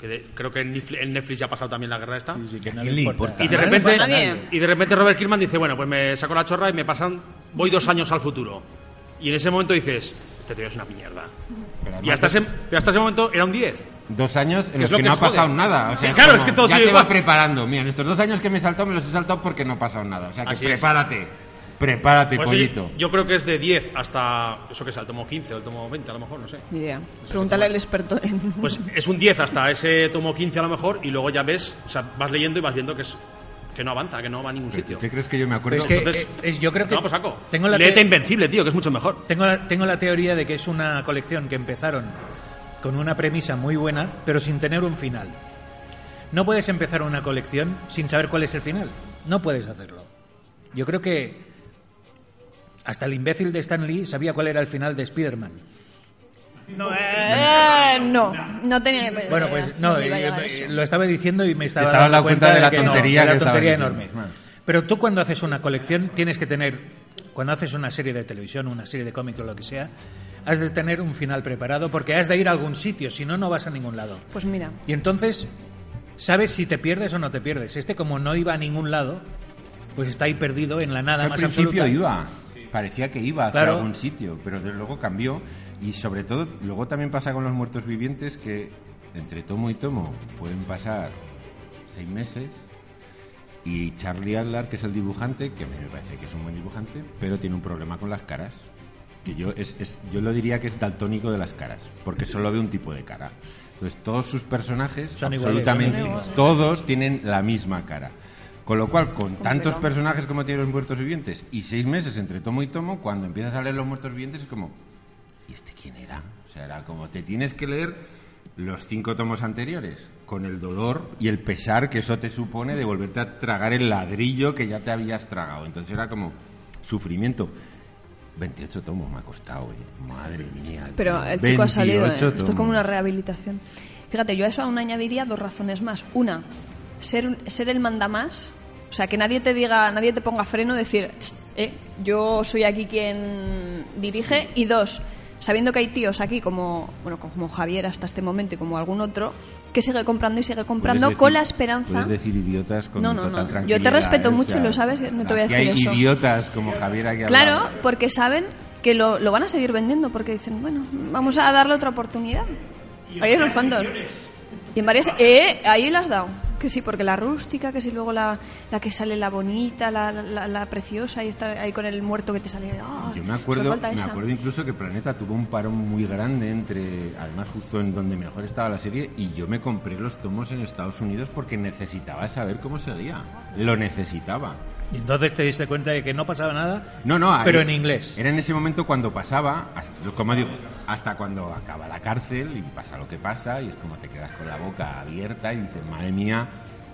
F: que de- creo que en Netflix, en Netflix ya ha pasado también la guerra esta.
C: Sí, sí, que no
A: ¿A
C: le
A: quién le
C: importa.
A: importa?
F: Y de,
A: No le
F: repente,
D: importa a nadie.
F: y de repente Robert Kirkman dice, bueno, pues me saco la chorra y me pasan... Voy dos años al futuro. Y en ese momento dices, este tío es una mierda.
A: Pero
F: Y hasta ese, pero hasta ese momento era un 10.
A: Dos años en los
F: es lo
A: que,
F: que
A: no ha
F: jode.
A: pasado nada. O sea,
F: Sí, claro,
A: como,
F: es que todo
A: ya
F: sigue
A: te va
F: igual.
A: preparando. Mira, estos dos años que me he saltado me los he saltado porque no ha pasado nada. O sea, que
F: Así es.
A: prepárate. Prepárate,
F: Por eso
A: pollito.
F: Pues yo, yo creo que es de 10 hasta... Eso que es, al tomo 15 o el tomo 20 a lo mejor, no sé.
D: Ni idea. Pregúntale al experto en...
F: Pues es un 10 hasta ese tomo 15 a lo mejor y luego ya ves, o sea, vas leyendo y vas viendo que es que no avanza, que no va a ningún
A: Pero,
F: sitio.
A: ¿Te crees que yo me acuerdo?
C: Es que-
F: Entonces,
C: eh, es- yo creo que
F: No, pues saco.
C: tengo la
F: Léete
C: te-
F: Invencible, tío, que es mucho mejor.
C: Tengo la, tengo la teoría de que es una colección que empezaron con una premisa muy buena, pero sin tener un final. No puedes empezar una colección sin saber cuál es el final. No puedes hacerlo. Yo creo que hasta el imbécil de Stan Lee sabía cuál era el final de Spider-Man.
D: Eh, no, no tenía...
C: Bueno, pues no,
D: iba a llegar
C: eh,
D: eso.
C: lo estaba diciendo y me estaba
A: Te estabas
C: dando
A: dando cuenta de la
C: que no,
A: tontería
C: de la
A: que estaba
C: tontería
A: diciendo.
C: enorme.
A: Bueno.
C: Pero tú cuando haces una colección tienes que tener, cuando haces una serie de televisión, una serie de cómics o lo que sea, has de tener un final preparado porque has de ir a algún sitio, si no, no vas a ningún lado.
D: Pues mira,
C: Y entonces sabes si te pierdes o no te pierdes. Este como no iba a ningún lado, pues está ahí perdido en la nada
A: Al
C: más
A: principio
C: absoluta.
A: iba, parecía que iba hacia
C: Claro.
A: algún sitio, pero de- luego cambió. Y sobre todo, luego también pasa con los muertos vivientes que entre tomo y tomo pueden pasar seis meses. Y Charlie Adler, que es el dibujante, que a mí me parece que es un buen dibujante, pero tiene un problema con las caras. Que yo, es, es- yo lo diría que es daltónico de las caras, porque solo ve un tipo de cara. Entonces, todos sus personajes,
C: Son iguales,
A: absolutamente
C: son iguales.
A: todos tienen la misma cara. Con lo cual, con tantos
D: pelón.
A: personajes como tienen los muertos vivientes y seis meses entre tomo y tomo, cuando empiezas a leer los muertos vivientes es como, ¿y este quién era? O sea, era como te tienes que leer los cinco tomos anteriores con el dolor y el pesar que eso te supone de volverte a tragar el ladrillo que ya te habías tragado. Entonces era como sufrimiento. 28 tomos me ha costado, eh. madre mía.
D: pero
A: tío.
D: el chico ha
A: 28
D: salido, ¿eh? esto es
A: tomos.
D: como una rehabilitación. Fíjate, yo a eso aún añadiría dos razones más. Una, ser, un- ser el mandamás, o sea, que nadie te diga, nadie te ponga freno, decir, "Tss, eh, yo soy aquí quien dirige. Y dos, sabiendo que hay tíos aquí como, bueno, como Javier hasta este momento y como algún otro, que sigue comprando y sigue
A: Puedes
D: comprando
A: decir-
D: con la esperanza.
A: Puedes decir idiotas con
D: No, no,
A: total
D: no. Yo te
A: tranquilidad,
D: respeto
A: ¿eh?
D: mucho, lo sabes, no te voy a
A: aquí
D: decir
A: hay
D: eso.
A: idiotas como Javier aquí al
D: Claro,
A: lado.
D: porque saben que lo, lo van a seguir vendiendo, porque dicen, bueno, vamos a darle otra oportunidad. Ahí es los fondos. Y en varias... ¡Eh! Ahí las has dado. Que sí, porque la rústica, que sí, luego la, la que sale la bonita, la, la- la preciosa, y está ahí con el muerto que te sale... ¡Ah!
A: Yo me
D: solo
A: acuerdo,
D: falta
A: me
D: esa.
A: acuerdo incluso que Planeta tuvo un parón muy grande entre, además justo en donde mejor estaba la serie, y yo me compré los tomos en Estados Unidos porque necesitaba saber cómo seguía. Lo necesitaba.
C: Y entonces te diste cuenta de que no pasaba nada,
A: No, no.
C: pero
A: ahí-
C: en inglés.
A: Era en ese momento cuando pasaba, hasta- como digo, hasta cuando acaba la cárcel y pasa lo que pasa y es como te quedas con la boca abierta y dices, madre mía,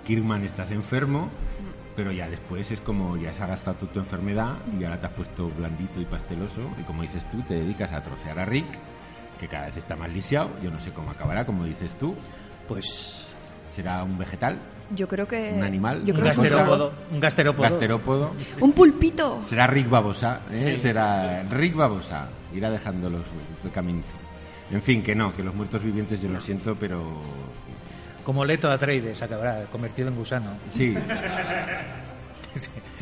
A: Kirman, estás enfermo. Pero ya después es como ya se ha gastado tu, tu enfermedad y ahora te has puesto blandito y pasteloso y como dices tú, te dedicas a trocear a Rick, que cada vez está más lisiado, yo no sé cómo acabará, como dices tú,
C: Pues
A: será un vegetal,
D: Yo creo que...
A: un animal,
D: Yo
C: un
D: creo que es un
C: gasterópodo,
D: gasterópodo.
C: un gasterópodo.
A: gasterópodo.
D: Un pulpito.
A: Será Rick Babosa, ¿eh? será Rick Babosa. Irá dejando los el caminito. En fin, que no, que los muertos vivientes yo lo siento, pero
C: Como Leto Atreides acabará convertido en gusano.
A: sí,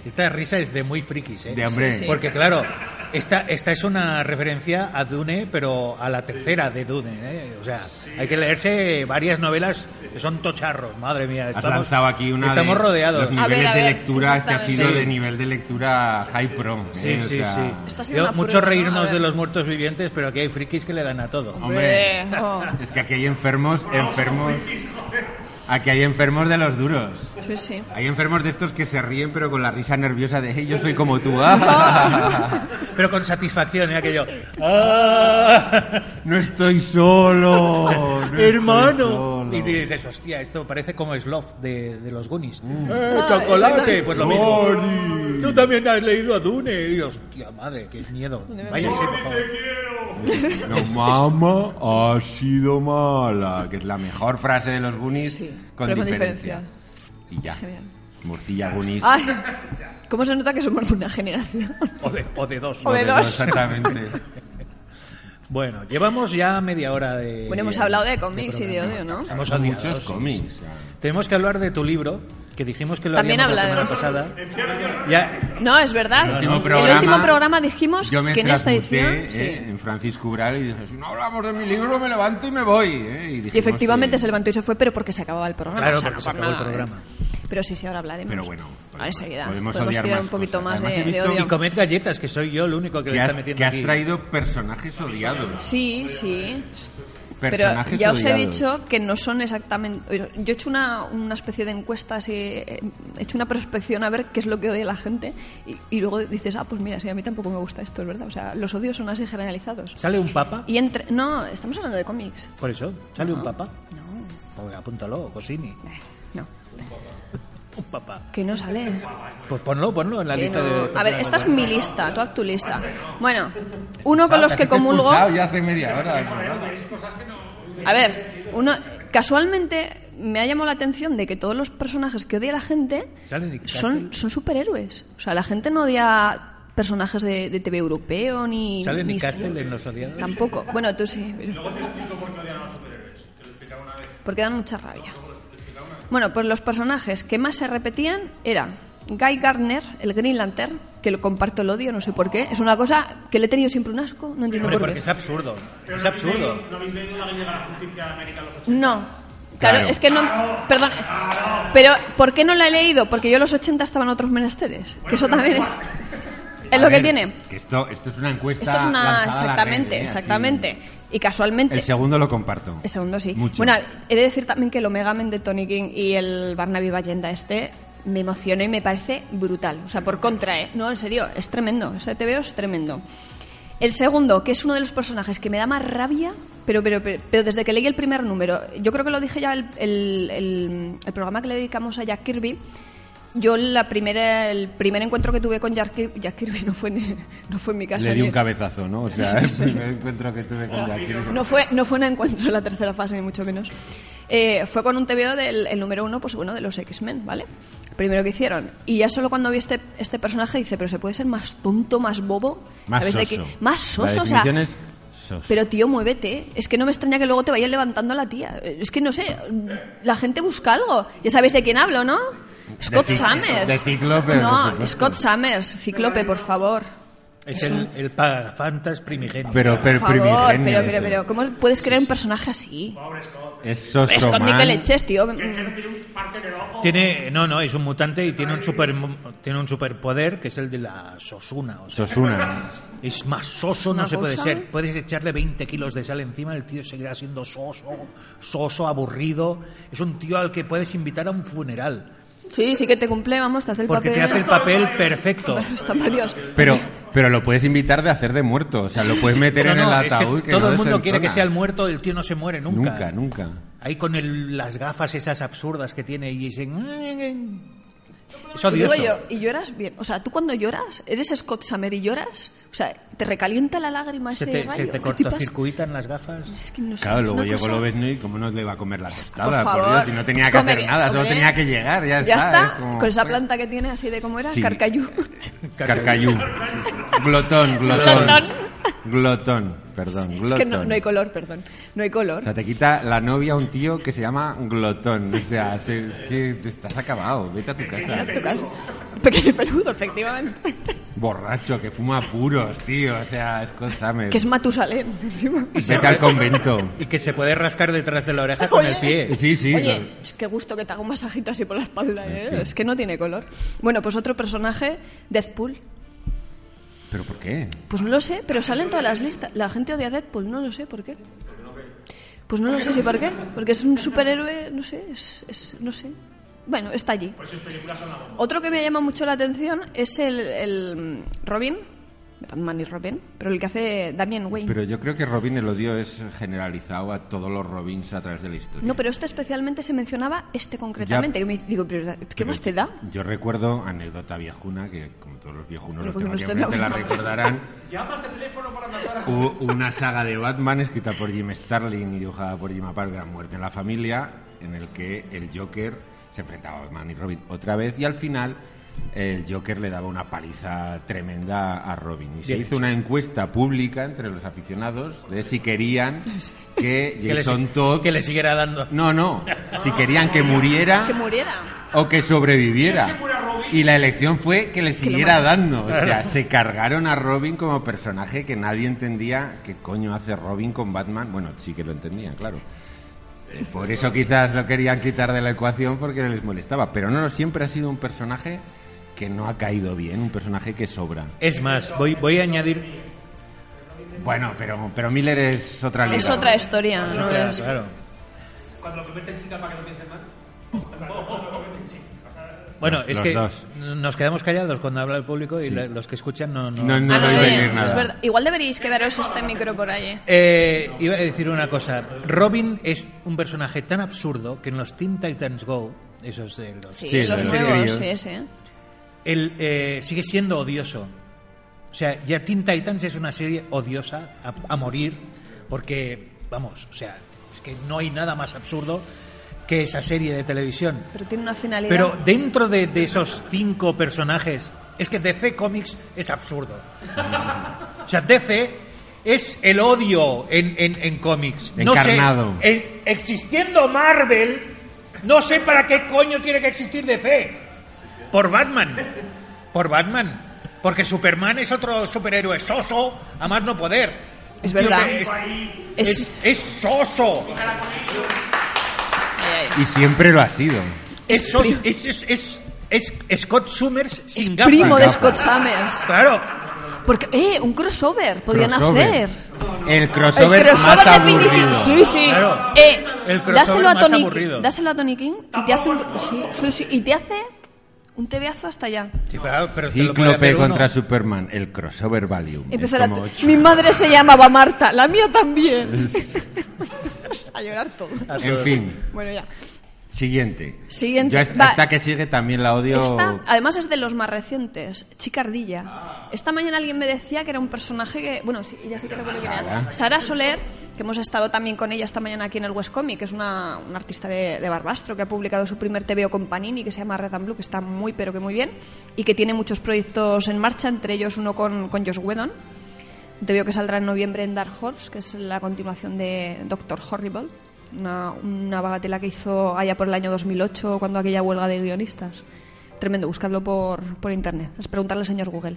C: Esta risa es de muy frikis, ¿eh?
A: de hambre.
D: Sí, sí.
C: Porque claro, esta, esta es una referencia a Dune, pero a la tercera de Dune. ¿eh? O sea, hay que leerse varias novelas que son tocharros, madre mía.
A: Has
C: Estamos,
A: lanzado aquí una
C: estamos
A: de
C: rodeados.
A: los
D: A
A: niveles
D: ver, a
A: de
D: ver,
A: lectura, este ha sido
C: exactamente.
A: de nivel de lectura high pro.
C: Ah, Sí,
A: ¿eh? O
C: sí,
A: sea,
C: sí.
D: Esto ha sido una
C: mucho
D: prueba, a
C: reírnos
D: ver.
C: de los muertos vivientes, pero aquí hay frikis que le dan a todo.
A: Hombre.
D: Hombre, oh.
A: Es que aquí hay enfermos, enfermos. Aquí hay enfermos de los duros.
D: Sí, sí.
A: Hay enfermos de estos que se ríen, pero con la risa nerviosa de, hey, yo soy como tú. ah".
C: Pero con satisfacción, ¿eh? aquello. ¡Ah!
A: No estoy solo. no estoy
C: ¡Hermano!
A: solo".
C: Y te dices, hostia, esto parece como Sloth de, de los Goonies.
A: Mm.
C: "Eh,
D: Ah, chocolate!
C: Pues lo mismo. Tú también has leído a Dune. Y hostia madre, qué miedo. Váyase, por favor.
A: No, mamá ha sido mala. Que es la mejor frase de los Goonies
D: Sí,
A: con,
D: pero con
A: diferencia. Y ya.
D: Genial.
A: Morcilla Goonies.
D: Ay, ¿Cómo se nota que somos de una generación?
C: O de, o de dos.
A: Lo
D: o de dos.
A: Exactamente.
C: Bueno, llevamos ya media hora de.
D: Bueno, hemos hablado de cómics y de
C: programa.
D: odio, ¿no?
C: Hemos
A: Son
C: odiado,
A: muchos
C: sí,
A: cómics.
C: sí. Tenemos que hablar de tu libro, que dijimos que lo
D: También
C: haríamos
D: hablaremos.
C: la semana pasada. Ya,
D: No, es verdad.
A: El último,
D: el último programa dijimos
A: yo me
D: que en esta
A: transmuté,
D: edición...
A: eh,
D: sí.
A: en Francisco Ubral y dije, si no hablamos de mi libro me levanto y me voy. eh, y, dijimos
D: Y efectivamente
A: que-
D: se levantó y se fue, pero porque se acababa el programa.
C: Claro,
D: o sea,
C: porque
D: no
C: se
D: por
C: acabó el
D: nada, ¿eh?
C: programa.
D: Pero sí, sí, ahora hablaremos.
A: Pero bueno,
D: Ahora
A: podemos-
D: enseguida.
A: podemos
D: Podemos,
A: odiar
D: tirar
A: más
D: un poquito
A: cosas.
D: más
A: Además,
D: de,
A: he
D: de
A: visto-
C: y
D: odio.
C: comed galletas, que soy yo el único que,
A: que
C: le
A: has,
C: está metiendo
A: que has
C: aquí.
A: traído personajes odiados.
D: Sí, sí. Pero
A: Personajes
D: ya os he
A: odiados.
D: dicho que no son exactamente. Yo he hecho una, una especie de encuesta, así, eh, he hecho una prospección a ver qué es lo que odia la gente y, y luego dices, ah, pues mira, sí, a mí tampoco me gusta esto, es verdad. O sea, los odios son así generalizados.
C: ¿Sale un papa?
D: Y entre. No, estamos hablando de cómics.
C: Por eso, ¿sale un papa?
D: No,
C: Pues apúntalo, Cosini.
D: eh, no.
C: Un papa.
D: Que no sale.
C: Pues ponlo, ponlo en la
D: Que
C: lista
D: no.
C: de.
D: A ver, esta es mi lista, tú haz tu lista. Bueno, uno
C: Ah,
D: con los que
A: Te he
D: comulgo.
A: expulsado ya hace media hora.
D: A ver, uno, casualmente me ha llamado la atención de que todos los personajes que odia la gente
C: Salen y
D: son,
C: Castle.
D: son superhéroes. O sea, la gente no odia personajes de, de TV europeo ni...
C: ¿Sale
D: ni-
C: Nick Castle en los odiados?
D: Tampoco. Bueno, tú sí. pero- Porque dan mucha rabia. Bueno, pues los personajes que más se repetían eran Guy Gardner, el Green Lantern, que lo comparto el odio, no sé por qué. Es una cosa que le he tenido siempre un asco, no entiendo
C: Hombre,
D: por
C: porque
D: qué.
C: es absurdo. Es absurdo.
D: No. Claro,
A: Claro.
D: es que no. Perdón. Pero, ¿por qué no la he leído? Porque yo en los 80 estaban otros menesteres. Que eso también es. Es
A: A
D: lo que
A: ver,
D: tiene.
A: Que esto, esto es una encuesta.
D: Esto es una.
A: lanzada a la
D: Exactamente,
A: red, ¿eh? Así.
D: exactamente. Y casualmente.
A: El segundo lo comparto.
D: El segundo sí.
A: Mucho.
D: Bueno, he de decir también que el Omega Men de Tony King y el Barnaby Ballenda este me emocionó y me parece brutal. O sea, por contra, ¿eh? No, en serio, es tremendo. Ese TVO es tremendo. El segundo, que es uno de los personajes que me da más rabia, pero, pero, pero, pero desde que leí el primer número, yo creo que lo dije ya el, el- el- el programa que le dedicamos a Jack Kirby. Yo la primera, el primer encuentro que tuve con Jack Kirby, Jack Kirby no fue en, no fue en mi casa.
A: Le di
D: ni-
A: un cabezazo, ¿no? O sea, el primer encuentro que tuve con Jack.
D: no fue, no fue un encuentro en la tercera fase, ni mucho menos. Eh, fue con un TVO del el número uno, pues bueno, de los X-Men, ¿vale? El primero que hicieron. Y ya solo cuando vi este, este personaje dice, pero se puede ser más tonto, más bobo.
A: Más
D: ¿Sabes
A: soso.
D: de qué? Más soso,
A: La
D: o sea.
A: definición es soso.
D: Pero tío, muévete. Es que no me extraña que luego te vaya levantando la tía. Es que no sé, la gente busca algo. Ya sabéis de quién hablo, ¿no? Scott
A: cic-
D: Summers.
A: de Cíclope, por
D: No,
A: supuesto.
D: Scott Summers, Cíclope, por favor.
C: Es el, el Pagafantas primigenio.
A: Pero, pero,
D: Por favor,
A: primigenio
D: pero,
A: ese.
D: pero, pero, ¿cómo puedes crear un personaje así?
A: Es soso,
D: Es con
A: man.
D: Miquel Eches, tío.
C: Tiene, no, no, es un mutante y tiene un, super, tiene un superpoder que es el de la sosuna. O sea,
A: Sosuna.
C: es más soso, no
D: ¿Una
C: se puede
D: cosa?
C: ser. Puedes echarle 20 kilos de sal encima, el tío seguirá siendo soso, soso, aburrido. Es un tío al que puedes invitar a un funeral.
D: Sí, sí que te cumple, vamos, te hace el
C: Porque te
D: papel.
C: hace el papel perfecto.
D: Están varios.
A: Pero, pero lo puedes invitar de hacer de muerto. O sea, lo puedes meter
C: No,
A: en
C: no,
A: el
C: es que
A: ataúd. que
C: todo
A: no
C: el mundo quiere que sea el
A: desentona.
C: muerto, el tío no se muere nunca.
A: Nunca, nunca.
C: Ahí con el- las gafas esas absurdas que tiene y dicen... Es
D: Y digo
C: odioso.
D: yo, y lloras bien. O sea, tú cuando lloras, eres Scott Summer y lloras, o sea, te recalienta la lágrima
C: Se
D: ese
C: te, se
D: rayo.
C: te
D: ¿Qué te pasa?
C: cortocircuitan las gafas.
D: Es que no sé,
A: Claro,
D: es
A: luego
D: una
A: llegó
D: cosa-
A: Lobezno y cómo no le va a comer la tostada,
D: Por
A: por,
D: favor.
A: Dios, si no tenía que
D: Come
A: hacer
D: bien,
A: nada, solo
D: hombre.
A: tenía que llegar, ya está.
D: Ya está,
A: es como-
D: con esa planta que tiene así de cómo era,
A: Sí.
D: carcayú.
A: Carcayú. Glotón, glotón.
D: Plantón.
A: Glotón, perdón, glotón.
D: Es que no, no hay color, perdón. No hay
A: O
D: color.
A: sea, te quita la novia un tío que se llama Glotón. O sea, se- es que te estás acabado. Vete a tu casa.
D: En tu caso. Pequeño peludo, efectivamente.
A: Borracho, que fuma puros, tío. O sea, escúchame.
D: Que es Matusalén, encima.
A: Vete al convento.
C: Y que se puede rascar detrás de la oreja con el pie.
A: Sí, sí.
D: Oye, ch, qué gusto que te haga un masajito así por la espalda, ¿eh? Es que no tiene color. Bueno, pues otro personaje, Deadpool.
A: ¿Pero por qué?
D: Pues no lo sé, pero salen todas las listas. La gente odia a Deadpool, no lo sé por qué. Pues no lo sé, sí, ¿por qué? Porque es un superhéroe, no sé, es, es- no sé. Bueno, está allí. Otro que me llama mucho la atención es el, el, mm, Robin, Batman y Robin, pero el que hace Damian Wayne.
A: Pero yo creo que Robin el odio es generalizado a todos los Robins a través de la historia.
D: No, pero este especialmente se mencionaba este concretamente.
A: Ya.
D: Y me digo, pero, ¿qué
A: Pero
D: más te da?
A: Yo recuerdo anécdota viejuna, que como todos los viejunos
D: Pero
A: los
D: porque
A: tengo
D: no
A: aquí
D: estoy en la
A: enfrente, la
D: última.
A: recordarán. Hubo una saga de Batman escrita por Jim Starlin y dibujada por Jim Aparo, que era Muerte en la Familia, en el que el Joker se enfrentaba a Batman y Robin otra vez y al final el Joker le daba una paliza tremenda a Robin. Y se
C: Bien
A: hizo una encuesta pública entre los aficionados de si querían que
C: Que le,
A: Jason
C: si-
A: Todd...
C: que le siguiera dando.
A: No, no, si querían que muriera
D: Que muriera.
A: o que sobreviviera. Y la elección fue que le siguiera dando. O sea, se cargaron a Robin como personaje que nadie entendía qué coño hace Robin con Batman. Bueno, sí que lo entendían, claro. Eh, Por eso quizás lo querían quitar de la ecuación porque les molestaba. Pero no, no, siempre ha sido un personaje que no ha caído bien, un personaje que sobra.
C: Es más, voy, voy a añadir.
A: Bueno, pero, pero Miller es otra liga.
D: Es otra historia, ¿no?
C: Claro,
D: Es-
C: claro.
F: Cuando lo convierte en chica para que no piensen mal.
C: Bueno,
A: Los-
C: es
A: los
C: que
A: dos.
C: nos quedamos callados cuando habla el público y
A: Sí.
C: la- los que escuchan no. no-
A: No, no
D: Ah,
A: lo
D: sí,
A: iba a decir
D: es
A: nada.
D: verdad. Igual deberíais quedaros este micro por ahí.
C: Eh, iba a decir una cosa. Robin es un personaje tan absurdo que en los Teen Titans Go, esos de los.
D: Sí,
A: Sí,
D: los
A: los
D: nuevos, sí,
A: grillos.
D: sí.
C: él eh, sigue siendo odioso. O sea, ya Teen Titans es una serie odiosa a, a morir, porque, vamos, o sea, es que no hay nada más absurdo que esa serie de televisión.
D: Pero tiene una finalidad.
C: Pero dentro de, de esos cinco personajes, es que DC Comics es absurdo. O sea, DC es el odio en, en- en cómics.
A: Encarnado.
C: No sé, en- existiendo Marvel, no sé para qué coño tiene que existir DC. Por Batman. Por Batman. Porque Superman es otro superhéroe soso, a más no poder.
D: Es
C: Un tío
D: verdad.
C: que Es,
D: Es-
C: es- es soso.
D: Ay, ay.
A: Y siempre lo ha sido.
C: Es, sos- es- es- es- es Scott Summers sin
D: Es
C: gafas.
D: primo de
A: Gafas.
D: Scott Summers.
C: Claro.
D: Porque, eh, un crossover. Podían
A: Crossover.
D: hacer.
A: El
D: El
A: crossover,
D: crossover
A: más
D: definitivo.
A: aburrido.
D: Sí, sí.
C: Claro.
D: Eh,
C: El crossover
D: dáselo a
C: más
D: Tony,
C: aburrido.
D: dáselo a Tony King y te hace un, sí, sí, sí, y te hace un tebeazo hasta allá.
C: Sí, claro, pero te lo puede
A: Cíclope
C: hacer uno.
A: contra Superman, el crossover Valium.
D: Empezar a
A: Es como-
D: mi madre se llamaba Marta, la mía también. a llorar todo.
A: En fin,
D: Bueno, ya.
A: siguiente.
D: Siguiente.
A: Yo esta,
D: Va.
A: esta que sigue también la odio.
D: Esta, además es de los más recientes, Chicardilla. Esta mañana alguien me decía que era un personaje que, bueno, sí, ya sé que recuerdo quién era.
A: Sara.
D: Sara Soler, que hemos estado también con ella esta mañana aquí en el West Comic, que es una, una artista de, de Barbastro que ha publicado su primer TVO con Panini, que se llama Red and Blue, que está muy pero que muy bien, y que tiene muchos proyectos en marcha, entre ellos uno con, con Josh Whedon. Un TVO que saldrá en noviembre en Dark Horse, que es la continuación de Doctor Horrible. Una, una bagatela que hizo allá por el año 2008, cuando aquella huelga de guionistas. Tremendo, buscadlo por, por internet. Es preguntarle al señor Google.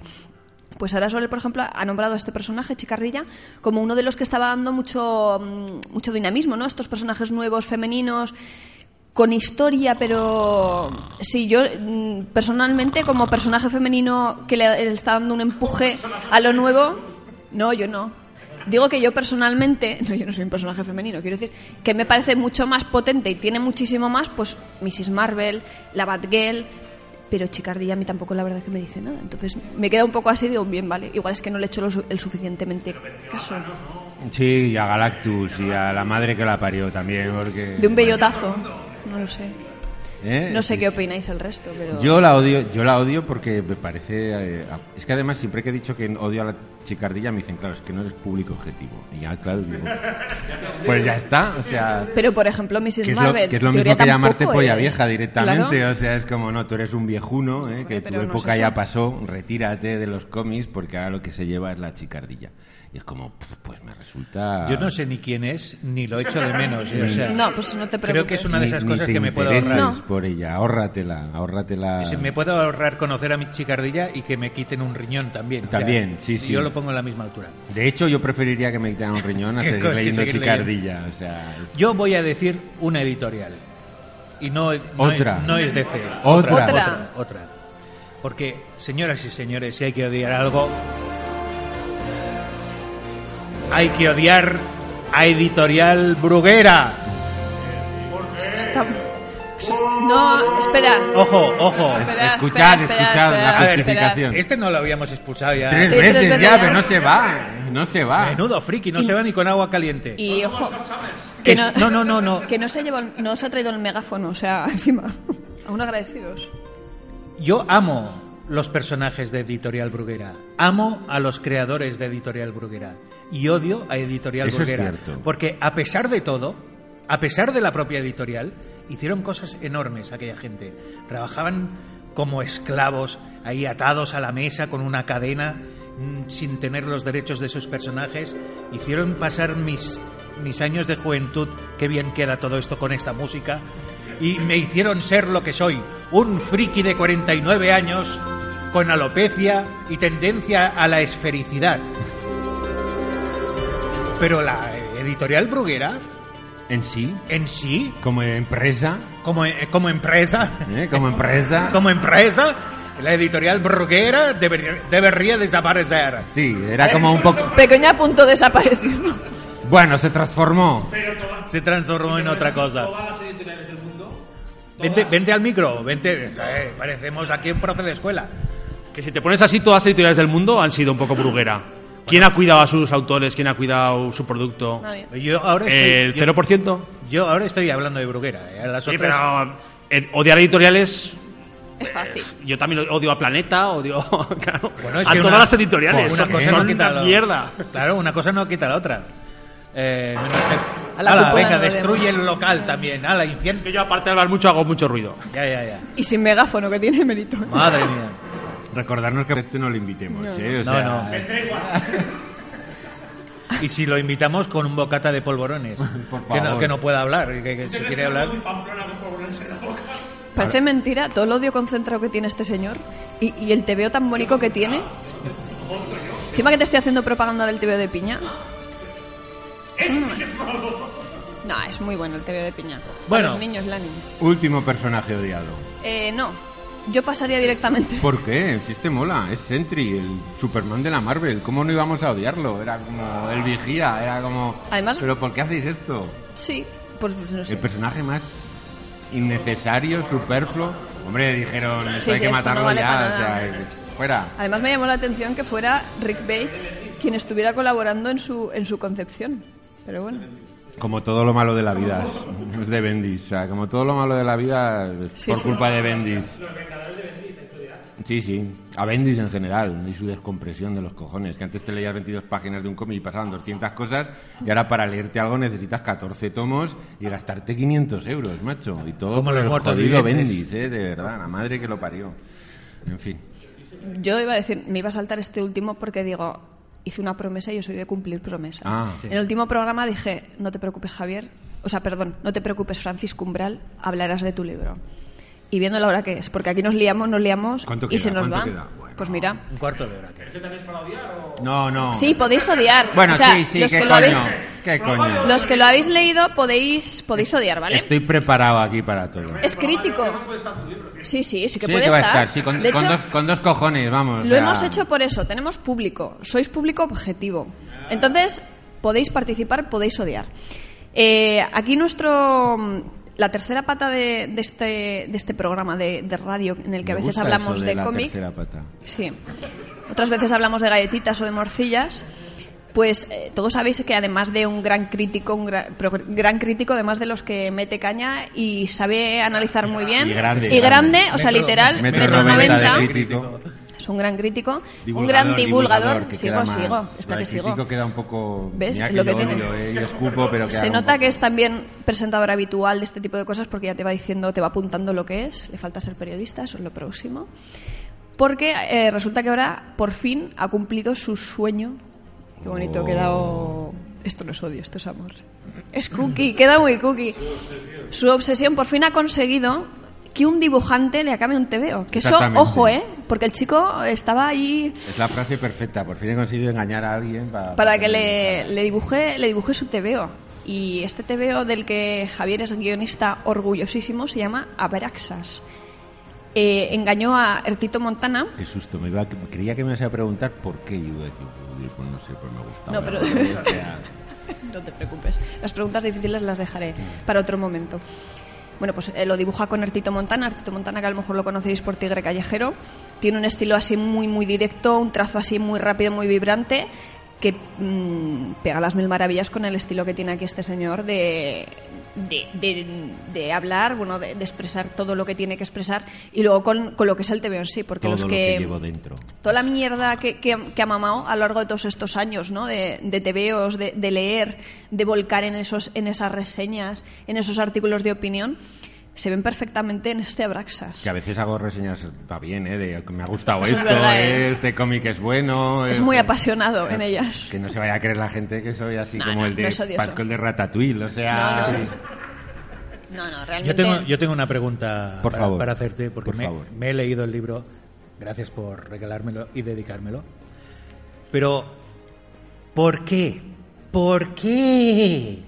D: Pues Sara Soler, por ejemplo, ha nombrado a este personaje, Chicardilla, como uno de los que estaba dando mucho, mm, mucho dinamismo, ¿no? Estos personajes nuevos, femeninos, con historia, pero sí, yo mm, personalmente como personaje femenino que le le está dando un empuje a lo nuevo, no, yo no. Digo que yo personalmente, no, yo no soy un personaje femenino, quiero decir que me parece mucho más potente y tiene muchísimo más, pues Mrs. Marvel, la Batgirl, pero Chicardilla a mí tampoco la verdad es que me dice nada. Entonces me queda un poco así, digo, bien, vale, igual es que no le he hecho lo su- el suficientemente caso.
A: Sí, y a Galactus y a la madre que la parió también. Porque,
D: De un bellotazo, no lo sé.
A: ¿Eh?
D: No sé
A: Sí,
D: qué
A: sí.
D: opináis el resto, pero...
A: Yo la odio, yo la odio porque me parece eh, a- es que además siempre que he dicho que odio a la chicardilla me dicen, claro, es que no eres público objetivo. Y ya claro, digo, pues ya está, o sea,
D: Pero, por ejemplo, Mrs.
A: que es lo,
D: Marvel.
A: que es lo
D: en
A: mismo
D: teoría
A: que llamarte
D: tampoco
A: polla
D: es-
A: vieja directamente,
D: Claro.
A: o sea, es como, no, tú eres un viejuno, eh, que
D: pero
A: tu
D: no es
A: época
D: eso.
A: ya pasó, retírate de los cómics porque ahora lo que se lleva es la chicardilla. Y es como, pf, pues me resulta...
C: Yo no sé ni quién es, ni lo echo de menos. eh, o sea,
D: No, pues no te preocupes.
C: Creo que es una de
A: Ni-
C: esas
A: ni
C: cosas
A: te
C: que me puedo
A: intereses
C: ahorrar.
D: No.
A: por ella, ahórratela, ahórratela...
C: Si me puedo ahorrar conocer a mi chicardilla y que me quiten un riñón también. o sea,
A: También, sí, sí.
C: Yo lo pongo a la misma altura.
A: De hecho, yo preferiría que me quitaran un riñón a
C: Que
A: seguir
C: co- que
A: leyendo
C: seguir
A: Chicardilla. O sea, es-
C: Yo voy a decir una editorial. Y no, no
A: Otra.
C: Es, no es DC.
A: Otra.
C: Otra.
D: Otra.
C: otra. Porque, señoras y señores, si hay que odiar algo, hay que odiar a Editorial Bruguera.
D: Está- No, espera.
C: Ojo, ojo.
D: Espera,
A: escuchad,
D: espera, espera,
A: escuchad
D: espera,
A: la
D: espera.
A: justificación.
C: Este no lo habíamos expulsado ya.
A: Tres Ah.
D: Sí, tres
A: veces
D: veces
A: ya,
D: ya.
A: pero no se va, no se va.
C: Menudo friki, no
D: Y-
C: se va ni con agua caliente.
D: Y ojo.
C: Es- no, no, no, no.
D: Que no se, ha llevado, el- no se ha traído el megáfono, o sea, encima. Aún agradecidos.
C: Yo amo los personajes de Editorial Bruguera. Amo a los creadores de Editorial Bruguera. Y odio a Editorial
A: Eso es
C: Bruguera.
A: cierto.
C: Porque a pesar de todo, a pesar de la propia editorial, hicieron cosas enormes aquella gente. Trabajaban como esclavos, ahí atados a la mesa con una cadena, mm, sin tener los derechos de sus personajes. Hicieron pasar mis, mis años de juventud, qué bien queda todo esto con esta música, y me hicieron ser lo que soy, un friki de 49 años con alopecia y tendencia a la esfericidad. Pero la eh, editorial Bruguera
A: En sí,
C: en sí,
A: como empresa,
C: como, como empresa,
A: ¿eh? como empresa,
C: como empresa, la editorial Bruguera debería, debería desaparecer.
A: sí,
D: Eh,
A: era como un poco...
D: Pequeña punto desaparecido.
A: Bueno, se transformó.
C: Se transformó en otra cosa.
F: Todas las editoriales del mundo.
C: Vente, vente al micro, vente. eh, parecemos aquí un profe de escuela.
F: Que si te pones así, todas las editoriales del mundo han sido un poco bruguera. ¿Quién ha cuidado a sus autores? ¿Quién ha cuidado su producto?
D: Nadie.
C: Yo ahora estoy,
F: ¿El
C: yo,
F: 0%?
C: yo ahora estoy hablando de Bruguera. eh, las
F: Sí,
C: otras-
F: pero eh, odiar editoriales.
D: Es fácil.
F: Yo también odio a Planeta, odio claro,
C: Bueno, es
F: a
C: que
F: todas
C: una-
F: las editoriales.
C: una
F: son-
C: cosa
F: son
C: no quita
F: una
C: la-
F: mierda.
C: Claro, una cosa no quita la otra. Eh, menos que-
D: A la
C: Ala,
D: cúpula
C: venga,
D: no
C: destruye el local también. Ala, incienso.
F: Que yo, aparte de hablar mucho, hago mucho ruido.
C: Ya, ya, ya.
D: Y sin megáfono, que tiene mérito.
C: Madre mía.
A: Recordarnos que a este no lo invitemos, ¿eh? O
C: No,
A: sea,
C: no. Y si lo invitamos con un bocata de polvorones,
A: Por
C: que, no,
A: favor.
C: que no pueda hablar, y que, que si quiere hablar.
D: Parece mentira todo el odio concentrado que tiene este señor y, y el tebeo tan bonito que tiene. Encima que te estoy haciendo propaganda del tebeo de piña. Es un- No, es muy bueno el tebeo de piña. Para
C: Bueno.
D: los niños, Lani.
A: Último personaje odiado.
D: Eh, no, yo pasaría directamente.
C: Pues
A: ¿Por qué? Si este mola, es Sentry, el Superman de la Marvel. ¿Cómo no íbamos a odiarlo? Era como el vigía, era como...
D: Además-
A: ¿Pero por qué hacéis esto?
D: Sí, pues no sé.
A: El personaje más innecesario, superfluo. Hombre, dijeron, esto
D: Sí,
A: hay
D: sí,
A: que
D: esto no
A: matarlo
D: vale
A: ya.
D: para
A: o
D: nada.
A: sea, es- fuera.
D: Además me llamó la atención que fuera Rick Bates quien estuviera colaborando en su, en su concepción. Pero bueno,
A: Como todo lo malo de la vida es de Bendis. O sea, como todo lo malo de la vida es
D: Sí,
A: por
D: sí.
A: culpa de Bendis. Sí, sí. A Bendis en general y su descompresión de los cojones. Que antes te leías 22 páginas de un cómic y pasaban 200 cosas y ahora para leerte algo necesitas 14 tomos y gastarte 500 euros, macho. Y todo
C: Como
A: por
C: los
A: el
C: muertos
A: jodido
C: vivientes.
A: Bendis, eh, de verdad. La madre que lo parió. En fin.
D: yo iba a decir, me iba a saltar este último porque digo, hice una promesa y yo soy de cumplir promesas.
A: Ah,
D: En el último programa dije, no te preocupes Javier, o sea, perdón, no te preocupes Francisco Umbral, hablarás de tu libro. Y viendo la hora que es, porque aquí nos liamos, nos liamos
A: ¿Cuánto
D: y
A: queda?
D: se nos
A: ¿Cuánto
D: va.
A: queda? Bueno.
D: Pues mira.
C: Un cuarto de hora.
A: No, no.
D: Sí, podéis odiar.
A: Bueno,
D: O sea,
A: sí, sí,
D: los
A: qué
D: que
A: coño.
D: lo habéis,
A: ¿Qué coño?
D: los que lo habéis leído podéis, podéis odiar, ¿vale?
A: Estoy preparado aquí para todo.
D: Es crítico. Sí, sí, sí que
A: Sí,
D: puede
A: que va a
D: estar.
A: sí, con,
D: de
A: con
D: hecho,
A: dos, con dos cojones, vamos. o
D: lo
A: sea,
D: hemos hecho por eso. Tenemos público. Sois público objetivo. Entonces, podéis participar, podéis odiar. Eh, aquí nuestro... mm, La tercera pata de, de este, de este programa de, de radio en el que a
A: me
D: veces
A: gusta eso
D: hablamos de,
A: la
D: cómic...
A: tercera pata.
D: Sí. Otras veces hablamos de galletitas o de morcillas. Pues eh, todos sabéis que además de un gran crítico, un gra- pro- gran, crítico, además de los que mete caña y sabe analizar muy bien.
A: Y grande.
D: Y grande, o sea,
C: Metro-
D: literal,
A: metro
D: metro,
A: noventa de
D: 90.
A: crítico.
D: Es un gran crítico. un
A: Divulgador,
D: gran divulgador.
A: que
D: sigo,
A: queda más-
D: sigo.
A: lo
D: Espera
A: de
D: que sigo.
A: crítico queda un poco...
D: ¿Ves?
A: mira
D: Es lo que
A: yo
D: tiene.
A: odio, eh, yo escupo, pero queda
D: Se
A: un
D: nota
A: poco-
D: que es también presentador habitual de este tipo de cosas porque ya te va diciendo, te va apuntando lo que es. Le falta ser periodista, eso es lo próximo. Porque eh, resulta que ahora por fin ha cumplido su sueño Qué bonito, ha
A: Oh.
D: quedado. Esto no es odio, esto es amor. Es cookie, queda muy cookie. Su obsesión por fin ha conseguido que un dibujante le acabe un tebeo. Que eso,
A: Exactamente.
D: ojo, ¿eh? Porque el chico estaba ahí
A: Es la frase perfecta. Por fin he conseguido engañar a alguien para,
D: para que le, le dibuje le dibuje su tebeo. Y este tebeo del que Javier es guionista orgullosísimo se llama Abraxas. Eh, engañó a Ertito Montana.
A: Qué susto. Me iba a- Creía que me ibas a preguntar por qué iba de Club Rubius. Pues no sé, pues me gustaba.
D: No, pero-
A: O sea,
D: No te preocupes. Las preguntas difíciles las dejaré para otro momento. Bueno, pues eh, lo dibuja con Artito Montana. Artito Montana, que a lo mejor lo conocéis por Tigre Callejero. Tiene un estilo así muy, muy directo, un trazo así muy rápido, muy vibrante, que mm, pega las mil maravillas con el estilo que tiene aquí este señor de, de, de- de hablar, bueno, de, de expresar todo lo que tiene que expresar y luego con, con lo que es el TVO en sí, porque
A: todo
D: los
A: lo que llevo dentro.
D: toda la mierda que, que, que ha mamado a lo largo de todos estos años, ¿no? De, de tebeos, de, de leer, de volcar en, esos, en esas reseñas, en esos artículos de opinión, se ven perfectamente en este Abraxas.
A: Que a veces hago reseñas, está bien, ¿eh? De que me ha gustado
D: Eso es
A: esto,
D: verdad, ¿eh?
A: este cómic es bueno.
D: Es
A: eh,
D: muy
A: eh,
D: apasionado en ellas.
A: Que no se vaya a creer la gente que soy así
D: No,
A: como
D: no,
A: el de
D: no es odioso.
A: Pascual de Ratatouille, o sea...
D: No, no. No, no,
C: Yo
D: realmente.
C: tengo, yo tengo una pregunta
A: Por
C: para,
A: favor.
C: para hacerte, porque
A: Por
C: me,
A: favor.
C: me he leído el libro, gracias por regalármelo y dedicármelo. Pero, ¿por qué? ¿Por qué?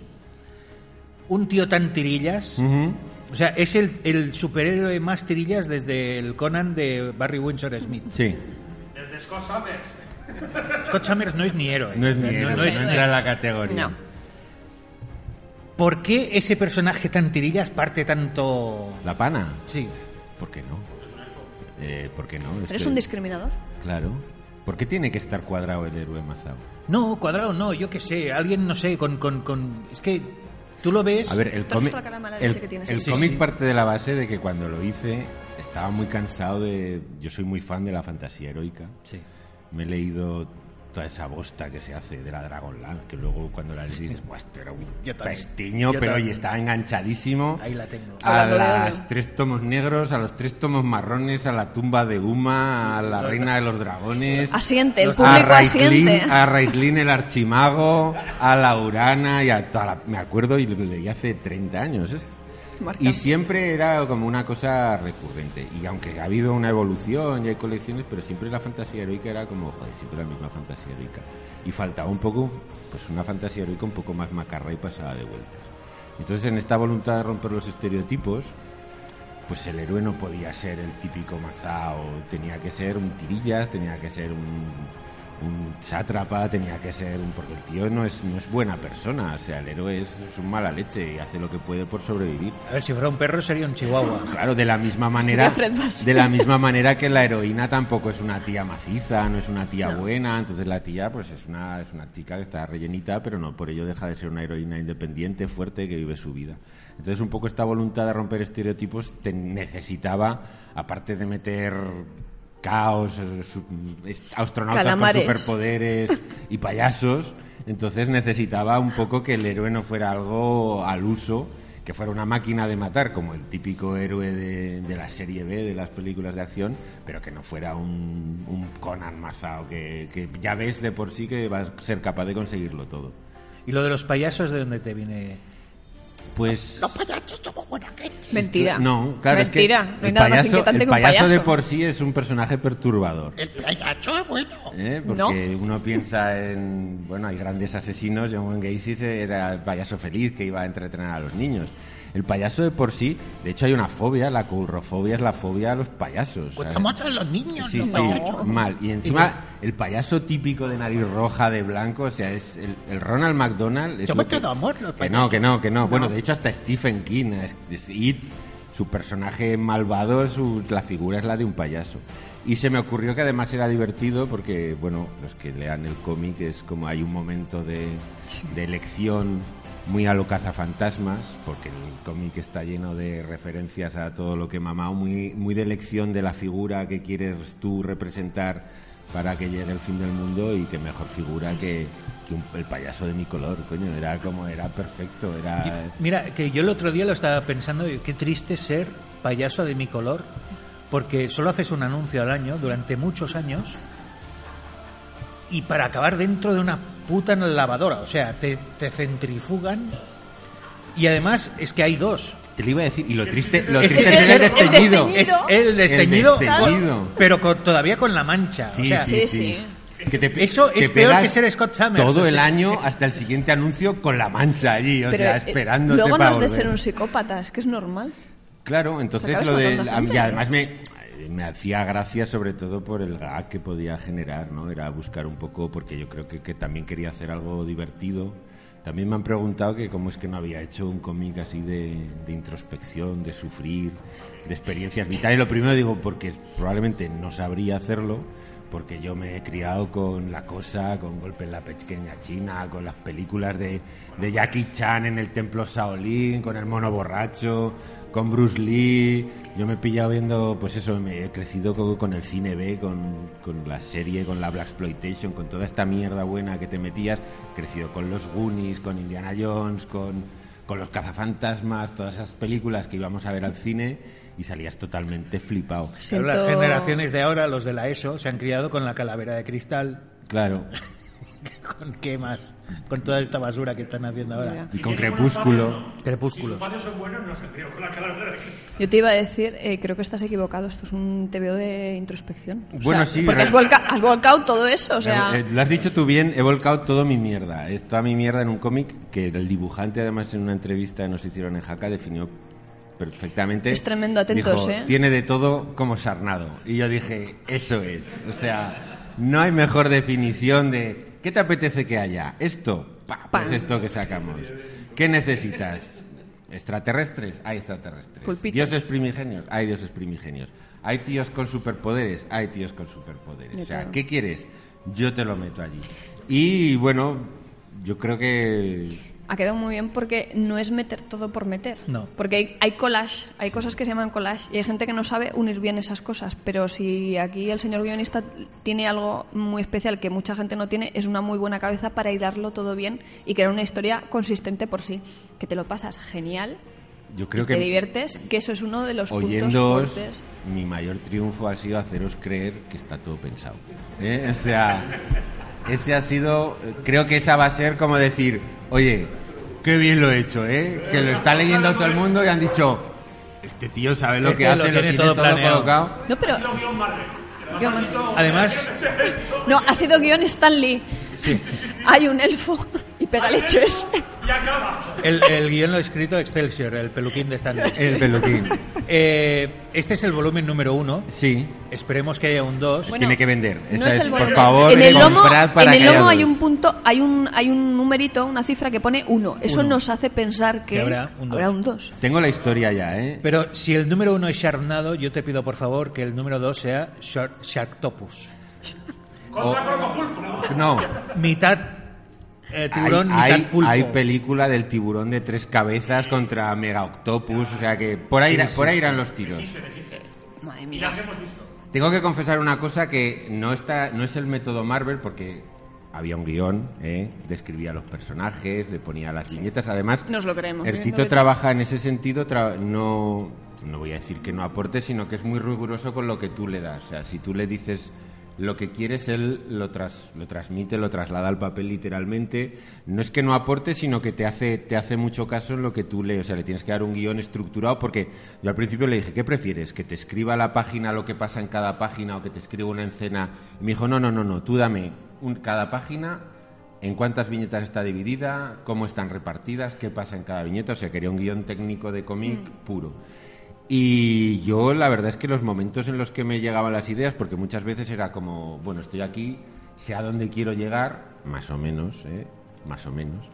C: Un tío tan tirillas.
A: Ujú.
C: O sea, es el, el superhéroe más tirillas desde el Conan de Barry Windsor Smith.
A: Sí,
F: Desde Scott Summers.
C: Scott Summers no es ni héroe.
A: no es mi héroe, no
C: es- no es-
A: entra en la categoría.
D: No.
C: ¿Por qué ese personaje tan tirillas parte tanto...?
A: ¿La pana?
C: Sí.
A: ¿Por qué no? Eh, ¿Por qué no?
D: ¿Pero es
A: que-
D: un discriminador?
A: Claro. ¿Por qué tiene que estar cuadrado el héroe mazao?
C: No, cuadrado no, yo qué sé, alguien, no sé, con... con, con- es que tú lo ves...
A: A ver, eh. el
D: Tú has
A: cómic
D: visto la cara mala
A: el,
D: leche que tienes.
A: el
C: Sí,
A: cómic
C: sí.
A: parte de la base de que cuando lo hice estaba muy cansado de... Yo soy muy fan de la fantasía heroica.
C: Sí.
A: Me he leído toda esa bosta que se hace de la Dragonlance, que luego cuando la lees dices, "Buah, esto era un
C: Yo también.
A: pestiño,
C: Yo
A: pero
C: también.
A: oye, estaba enganchadísimo.
C: Ahí la tengo.
A: A
D: Hablando de
A: los
D: oro.
A: tres tomos negros, a los tres tomos marrones, a la tumba de Uma, a la reina de los dragones.
D: Asiente, el
A: a
D: público asiente.
A: Raitlin, a Raitlin el archimago, a Laurana y a toda la- Me acuerdo y lo leí hace 30 años esto.
D: Marca.
A: Y siempre era como una cosa recurrente. Y aunque ha habido una evolución y hay colecciones, pero siempre la fantasía heroica era como, joder, siempre la misma fantasía heroica. Y faltaba un poco, pues una fantasía heroica un poco más macarra y pasada de vueltas. Entonces, en esta voluntad de romper los estereotipos, pues el héroe no podía ser el típico mazao, tenía que ser un tirillas, tenía que ser un, un sátrapa, tenía que ser un... porque el tío no es, no es buena persona, o sea, el héroe es, es un mala leche y hace lo que puede por sobrevivir.
C: A ver, si fuera un perro sería un chihuahua.
A: Claro, de la misma manera,
D: Sería Fred Vasser.
A: de la misma manera que la heroína tampoco es una tía maciza, no es una tía buena, entonces la tía pues es una es una chica que está rellenita, pero no por ello deja de ser una heroína independiente, fuerte que vive su vida. Entonces un poco esta voluntad de romper estereotipos te necesitaba aparte de meter caos, eh, su- est- astronautas
D: Calamares.
A: Ah, con superpoderes y payasos, entonces necesitaba un poco que el héroe no fuera algo al uso, que fuera una máquina de matar, como el típico héroe de, de la serie B, de las películas de acción, pero que no fuera un, un Conan mazao, que, que ya ves de por sí que va a ser capaz de conseguirlo todo.
C: ¿Y lo de los payasos de dónde te viene?
A: Pues...
D: Mentira.
A: No, claro, es que
D: Mentira. no hay
A: el
D: nada más
A: payaso-
D: inquietante
A: el
D: que un
A: payaso
D: payaso.
A: de por sí es un personaje perturbador. ¿Eh? Porque uno piensa en, bueno, hay grandes asesinos, John Wayne Gacy se- era el payaso feliz que iba a entretener a los niños. El payaso de por sí, de hecho hay una fobia, la coulrofobia es la fobia a los
C: Pues
A: payasos. ¿sabes?
C: los niños,
A: Sí, sí, mal. Y encima, el payaso típico de nariz roja, de blanco, o sea, es el, el Ronald McDonald. Es
C: Yo
A: lo
C: me quedo a muerto,
A: Que no, que no, que no. Bueno, de hecho, hasta Stephen King, es- es It, su personaje malvado, su, la figura es la de un payaso. Y se me ocurrió que además era divertido porque, bueno, los que lean el cómic es como hay un momento de, de elección muy a lo cazafantasmas, porque el cómic está lleno de referencias a todo lo que he mamado, muy, muy de elección de la figura que quieres tú representar para que llegue el fin del mundo y que mejor figura que, que un- el payaso de mi color, coño, era como era perfecto, era
C: Mira, que yo el otro día lo estaba pensando, y qué triste ser payaso de mi color, porque solo haces un anuncio al año durante muchos años y para acabar dentro de una puta lavadora. O sea, te, te centrifugan. Y además es que hay dos.
A: Te lo iba a decir. Y lo triste, lo
C: Es
A: triste
C: que
A: es, el
C: el- el
A: desteñido.
D: desteñido.
C: Es el desteñido,
A: desteñido.
C: pero con- todavía con la mancha.
A: Sí,
C: o sea,
A: sí, sí.
D: Sí, sí.
A: Que te pe-
C: Eso
A: te
C: es peor
A: pegas
C: que ser Scott Summers,
A: Todo
C: o sea.
A: el año hasta el siguiente anuncio con la mancha allí, o sea,
D: eh,
A: esperándote
D: luego no
A: para
D: has de
A: volver.
D: ser un psicópata, es que es normal.
A: Claro, entonces
D: Acabas
A: lo de...
D: matando a gente.
A: Y además me, eh, me hacía gracia sobre todo por el gag que podía generar, ¿no? Era buscar un poco, porque yo creo que, que también quería hacer algo divertido. También me han preguntado que cómo es que no había hecho un cómic así de, de introspección, de sufrir, de experiencias vitales. Lo primero digo, porque probablemente no sabría hacerlo, porque yo me he criado con La Cosa, con Golpe en la Pequeña China, con las películas de, de Jackie Chan en el Templo Shaolin, con El Mono Borracho, con Bruce Lee. Yo me he pillado viendo, pues eso, me he crecido co- con, el cine B, con, con la serie, con la Black Exploitation, con toda esta mierda buena que te metías. He crecido con los Goonies, con Indiana Jones, con, con los cazafantasmas, todas esas películas que íbamos a ver al cine y salías totalmente flipado.
C: Pero
D: Siento...
C: Las generaciones de ahora, los de la ESO, se han criado con la calavera de cristal.
A: Claro.
C: ¿Con qué más? Con toda esta basura que están haciendo ahora.
A: Y con Crepúsculo.
C: Crepúsculos.
D: Yo te iba a decir, eh, creo que estás equivocado, esto es un TVO de introspección. O
A: Bueno,
D: sea,
A: sí,
D: Porque
A: re-
D: has, volca- has volcado todo eso, o sea...
A: Eh, eh, Lo has dicho tú bien, he volcado todo mi mierda. Es toda mi mierda en un cómic que el dibujante, además, en una entrevista que nos hicieron en Jaca, definió perfectamente.
D: Es tremendo, atentos,
A: Dijo,
D: ¿eh?
A: Tiene de todo como sarnado. Y yo dije, eso es. O sea, no hay mejor definición de ¿qué te apetece que haya? Esto, pa, pues
D: Pam.
A: esto que sacamos. ¿Qué necesitas? ¿Extraterrestres? Hay extraterrestres.
D: Pulpito.
A: ¿Dioses primigenios? Hay dioses primigenios. ¿Hay tíos con superpoderes? Hay tíos con superpoderes.
D: De
A: O sea,
D: todo.
A: ¿qué quieres? Yo te lo meto allí. Y bueno, yo creo que
D: Ha quedado muy bien porque no es meter todo por meter.
C: No.
D: Porque hay, hay collage, hay cosas que se llaman collage y hay gente que no sabe unir bien esas cosas. Pero si aquí el señor guionista tiene algo muy especial que mucha gente no tiene, es una muy buena cabeza para hilarlo todo bien y crear una historia consistente por sí. Que te lo pasas genial,
A: yo creo
D: y te
A: que
D: diviertes, que eso es uno de los puntos
A: oyéndoos
D: fuertes.
A: mi mayor triunfo ha sido haceros creer que está todo pensado. ¿Eh? O sea, ese ha sido creo que esa va a ser como decir, "Oye, qué bien lo he hecho, ¿eh? Que lo está leyendo todo el mundo y han dicho, este tío sabe lo
C: Este
A: que hace,
C: lo
A: lo
C: tiene
A: tiene
C: todo
A: todo,
C: planeado".
A: colocado.
D: No, pero... Guion-
C: Además,
D: No, ha sido guión Stanley. Hay un elfo y pega leches.
C: el, el guión lo ha escrito Excelsior, el peluquín de Stanley.
A: El peluquín.
C: Eh, este es el volumen número uno.
A: Sí.
C: Esperemos que haya un dos.
D: Bueno,
A: tiene que vender.
D: No
A: Esa
D: es
A: es,
D: el
A: por
D: volumen.
A: favor,
D: en el lomo,
A: comprad para
D: en el
A: que haya
D: lomo hay
A: dos.
D: un punto, hay un, hay un numerito, una cifra que pone uno. Eso
C: Uno.
D: nos hace pensar que,
C: Que habrá un dos.
D: habrá un 2.
A: Tengo la historia ya, ¿eh?
C: Pero si el número uno es Sharnado, yo te pido por favor que el número dos sea Shar- Sharktopus.
A: No.
C: Mitad eh, tiburón,
A: hay,
C: mitad pulpo.
A: hay película del tiburón de tres cabezas contra Mega Octopus, o sea que por ahí, irá- por ahí irán los tiros.
D: Eh, Madre mía.
A: Tengo que confesar una cosa que no está, no es el método Marvel porque había un guión, ¿eh? describía los personajes, le ponía las viñetas, además.
D: Nos lo creemos. Eh,
A: El Tito trabaja en ese sentido, tra- no, no voy a decir que no aporte, sino que es muy riguroso con lo que tú le das. O sea, si tú le dices lo que quieres, él lo, tras- lo transmite, lo traslada al papel literalmente. No es que no aporte, sino que te hace, te hace mucho caso en lo que tú le... O sea, le tienes que dar un guión estructurado porque yo al principio le dije, ¿qué prefieres? ¿Que te escriba la página lo que pasa en cada página o que te escriba una escena? Y me dijo, no, no, no, no, tú dame un, cada página en cuántas viñetas está dividida, cómo están repartidas, qué pasa en cada viñeta. O sea, quería un guión técnico de cómic puro. Y yo la verdad es que los momentos en los que me llegaban las ideas, porque muchas veces era como, bueno, estoy aquí, sé a dónde quiero llegar, más o menos, ¿eh? más o menos,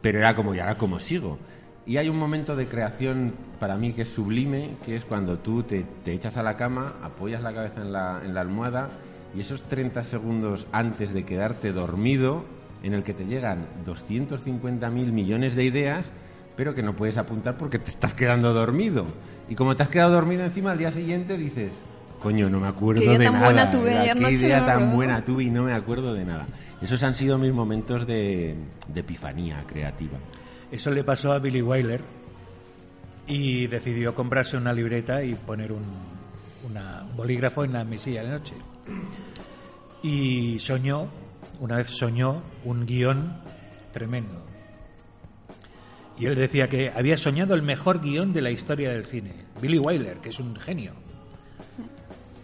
A: pero era como, ¿y ahora cómo sigo? Y hay un momento de creación para mí que es sublime, que es cuando tú te, te echas a la cama, apoyas la cabeza en la, en la almohada y esos 30 segundos antes de quedarte dormido, en el que te llegan 250.000 millones de ideas, pero que no puedes apuntar porque te estás quedando dormido. Y como te has quedado dormido encima, al día siguiente dices, coño, no me acuerdo
D: Qué idea
A: de
D: tan
A: nada.
D: buena tuve
A: Era,
D: ayer
A: qué
D: noche, no
A: idea
D: me
A: tan
D: acuerdo".
A: buena tuve y no me acuerdo de nada. Esos han sido mis momentos de, de epifanía creativa.
C: Eso le pasó a Billy Wilder y decidió comprarse una libreta y poner un, una- un bolígrafo en la mesilla de noche. Y soñó una vez soñó un guión tremendo. Y él decía que había soñado el mejor guión de la historia del cine. Billy Wilder, que es un genio,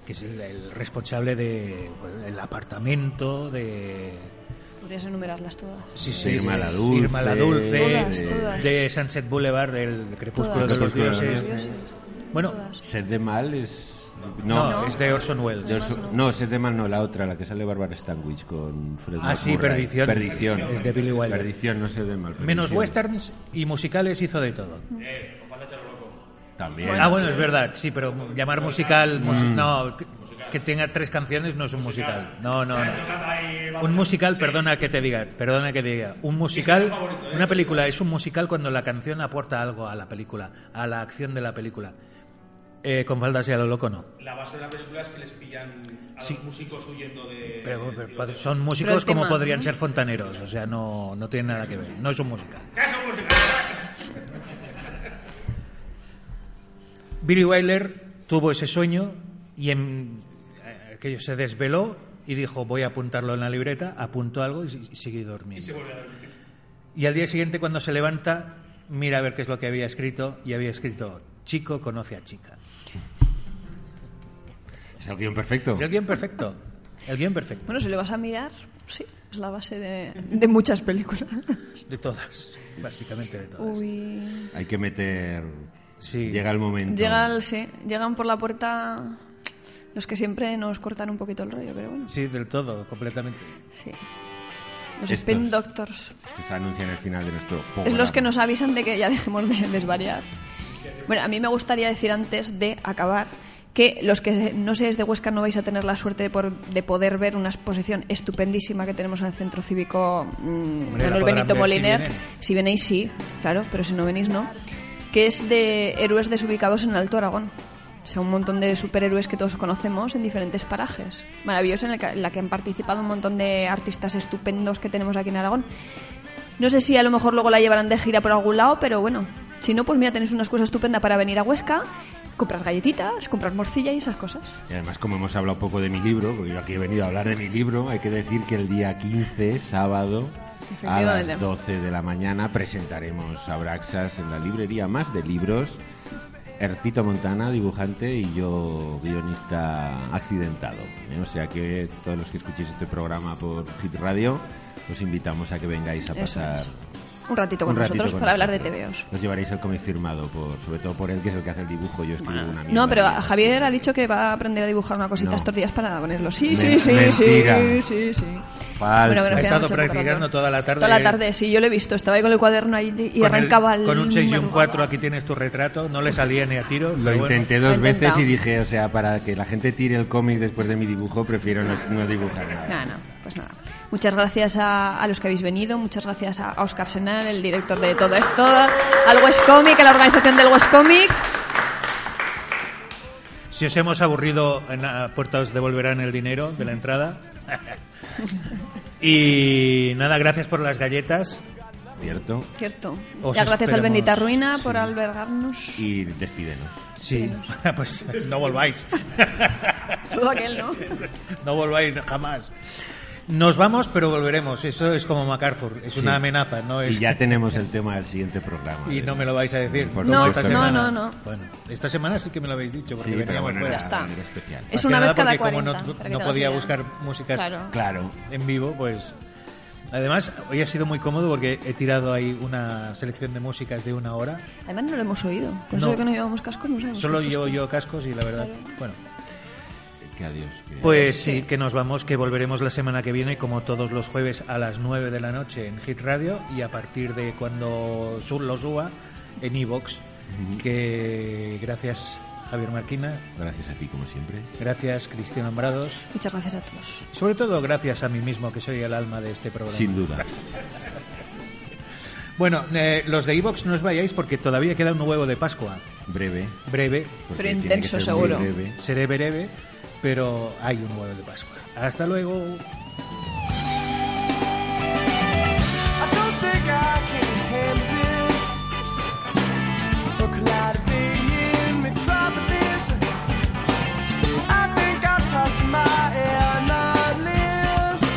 C: que es el, el responsable del apartamento, de...
D: Podrías enumerarlas todas.
C: Sí, sí,
A: Irma la Dulce,
C: Irma la Dulce,
D: Todas,
C: de,
D: todas.
C: de Sunset Boulevard, del Crepúsculo de
D: Todas.
C: los
A: Crepúsculo de los
C: Dioses.
D: Dioses.
C: Bueno,
D: Todas.
A: Sed de mal es.
C: no,
A: No,
C: es de Orson Welles.
A: de Orson- no. Sed de mal no, la otra, la que sale Barbara Stanwyck con Fred
C: Ah, sí,
A: McMurray.
C: Perdición.
A: Perdición.
C: Es de Billy Wilder.
A: Perdición, no sed de mal.
C: Menos
A: Perdición.
C: westerns y musicales hizo de todo.
A: También.
C: ah, bueno, es verdad, sí, pero llamar musical, musi-
A: Mm.
C: no, que, que tenga tres canciones no es un musical. No, no, no. Un musical, perdona que te diga, perdona que te diga, un musical, una película es un musical cuando la canción aporta algo a la película, a la acción de la película. Eh, con faldas y a lo loco no.
F: La base de la película es que les pillan a los músicos huyendo de.
C: Pero,
F: del
C: pero,
F: tiroteo.
C: pero son
D: Pero
C: músicos
D: el tema,
C: como podrían
D: ¿no?
C: ser fontaneros, o sea, no, no tiene nada que ver, no es un musical. Billy Wilder tuvo ese sueño y en, eh, aquello se desveló y dijo, voy a apuntarlo en la libreta, apuntó algo y, si- y seguí durmiendo. Y, al día siguiente cuando se levanta, mira a ver qué es lo que había escrito y había escrito, chico conoce a chica.
A: Es el guión perfecto.
C: Es el guión perfecto, el guión perfecto.
D: Bueno, si lo vas a mirar, sí, es la base de, de muchas películas.
C: De todas, básicamente de todas.
D: Uy.
A: Hay que meter.
C: Sí.
A: Llega el momento.
D: Llega el- sí, llegan por la puerta los que siempre nos cortan un poquito el rollo, pero bueno,
C: Sí, del todo, completamente.
D: sí. Los
A: Estos.
D: Spin Doctors.
A: Que se anuncia en el final de nuestro juego.
D: Es los que nos avisan de que ya dejemos de desvariar. Bueno, a mí me gustaría decir antes de acabar que los que no seáis de Huesca no vais a tener la suerte de, por- de poder ver una exposición estupendísima que tenemos en el Centro Cívico mm,
C: la
D: Manuel
C: podrán
D: Benito
C: ver si
D: Moliner.
C: vienen.
D: Si venéis, sí, claro, pero si no venís, no. Que es de héroes desubicados en Alto Aragón. O sea, un montón de superhéroes que todos conocemos en diferentes parajes. Maravilloso, en, el que- en la que han participado un montón de artistas estupendos que tenemos aquí en Aragón. No sé si a lo mejor luego la llevarán de gira por algún lado, pero bueno. Si no, pues mira, tenéis una excusa estupenda para venir a Huesca, comprar galletitas, comprar morcilla y esas cosas.
A: Y además, como hemos hablado poco de mi libro, porque yo aquí he venido a hablar de mi libro, hay que decir que el día 15, sábado, a
D: Efectivamente.
A: las 12 de la mañana, presentaremos a Braxas en la librería más de libros. Ertito Montana, dibujante, y yo, guionista accidentado. ¿eh? O sea que todos los que escuchéis este programa por Hit Radio, os invitamos a que vengáis a
D: Eso
A: pasar
D: es. Un ratito con
A: un ratito
D: nosotros
A: con
D: para hablar de
A: nosotros.
D: TVOs.
A: Os llevaréis el cómic firmado, por, sobre todo por él, que es el que hace el dibujo. Yo escribo una mierda.
D: No, pero a- Javier ha dicho que va a aprender a dibujar una cosita
A: No.
D: estos días para ponerlo. Sí,
A: Me-
D: sí, sí,
A: mentira.
D: sí, sí, sí.
A: Falsa.
D: Bueno, que nos
C: Ha
D: queda
C: estado
D: mucho poco
C: practicando
D: rato.
C: toda la tarde.
D: Toda la tarde, sí, yo lo he visto. Estaba ahí con el cuaderno ahí y
C: Con el-
D: arrancaba el...
C: Con un 6 y un
D: madrugador.
C: 4 aquí tienes tu retrato, no le salía ni a tiro.
A: Lo
C: pero bueno.
A: intenté
D: Lo he
A: dos veces
D: intentado.
A: y dije, o sea, para que la gente tire el cómic después de mi dibujo, prefiero no, no dibujar
D: Nada,
A: nada.
D: no, pues nada. Muchas gracias a, a los que habéis venido, muchas gracias a, a Oscar Senal, el director de todo esto, al West Comic, a la organización del West Comic.
C: Si os hemos aburrido, en la puerta os devolverán el dinero de la entrada. y nada, gracias por las galletas.
A: ¿Cierto?
D: Cierto.
C: Os
D: Ya gracias al
C: esperamos,
D: Bendita Ruina por
C: sí.
D: albergarnos.
A: Y despídenos.
C: Sí, pues no volváis.
D: Todo aquel, ¿no?
C: No volváis jamás. Nos vamos, pero volveremos. Eso es como MacArthur, es una amenaza, no es
A: Y ya tenemos el tema del siguiente programa.
C: Pues Y no me lo vais a decir.
A: Por
C: como
D: No,
C: esta
D: no,
C: semana.
D: no, no.
C: Bueno, esta semana sí que me lo habéis dicho. Porque
A: Sí, pero
C: veníamos
A: bueno,
C: fuera.
A: era
D: Ya está.
A: era especial.
D: Es
C: Más que
D: una
C: nada
D: vez cada
C: porque Como
D: 40. para
C: no-
D: que
C: no,
D: te hagas
C: podía
D: idea.
C: buscar música
D: Claro.
A: Claro.
C: en vivo, pues. Además, hoy ha sido muy cómodo porque he tirado ahí una selección de músicas de una hora.
D: Además no lo hemos oído. Por eso
C: No.
D: de que no llevamos cascos, no sabemos.
C: Solo yo, yo cascos y la verdad. Bueno,
A: Que adiós. que-
C: pues sí, que nos vamos, que volveremos la semana que viene, como todos los jueves a las 9 de la noche en Hit Radio y a partir de cuando Sur lo suba en Evox. Que gracias, Javier Marquina.
A: Gracias a ti, como siempre.
C: Gracias, Cristian Ambrados.
D: Muchas gracias a todos.
C: Sobre todo gracias a mí mismo, que soy el alma de este programa.
A: Sin duda.
C: Bueno, eh, los de Evox no os vayáis porque todavía queda un huevo de Pascua.
A: Breve.
C: Breve,
A: porque
D: Pero
A: tiene que
D: intenso,
A: ser muy
D: seguro.
A: breve.
C: seré breve, pero hay un huevo de Pascua. Hasta luego.
B: I don't think I can handle this. The cloud in metropolis. I think I'll talk to my airline list.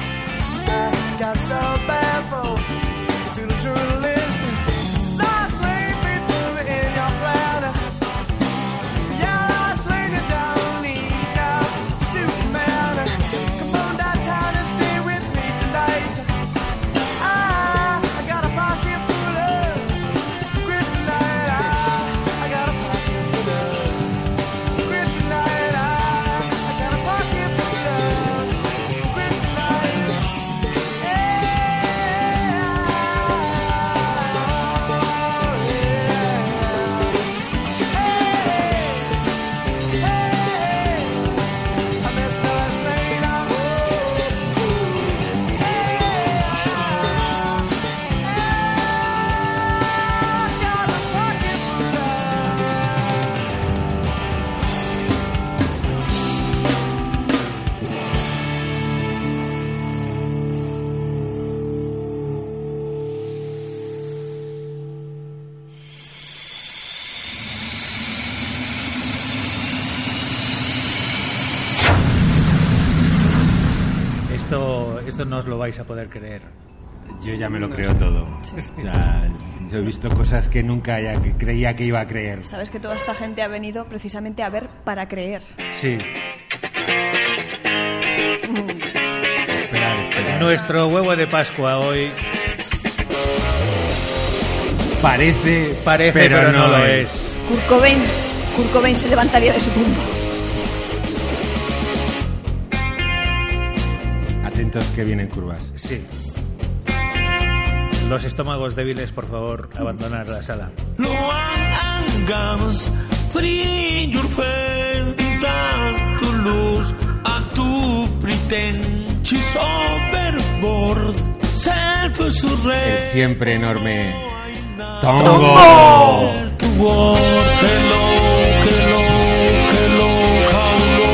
C: esto no os lo vais a poder creer.
A: Yo ya me lo creo todo. O sea, yo he visto cosas que nunca ya que creía que iba a creer.
D: Sabes que toda esta gente ha venido precisamente a ver para creer.
C: Sí.
A: Esperar, esperar.
C: Nuestro huevo de Pascua hoy
A: Parece,
C: parece, pero, no, lo es.
D: Kurt Cobain, Kurt Cobain se levantaría de su tumba.
A: Atentos que vienen curvas.
C: Sí. Los estómagos débiles, por favor, abandonar la sala.
G: No hagamos frío frente a tu luz, a tu pretensi overboard, sempre
A: El
G: surre.
A: siempre enorme Tongo.
G: Tongo! Tu vuoi, hello, hello, hello, caulo,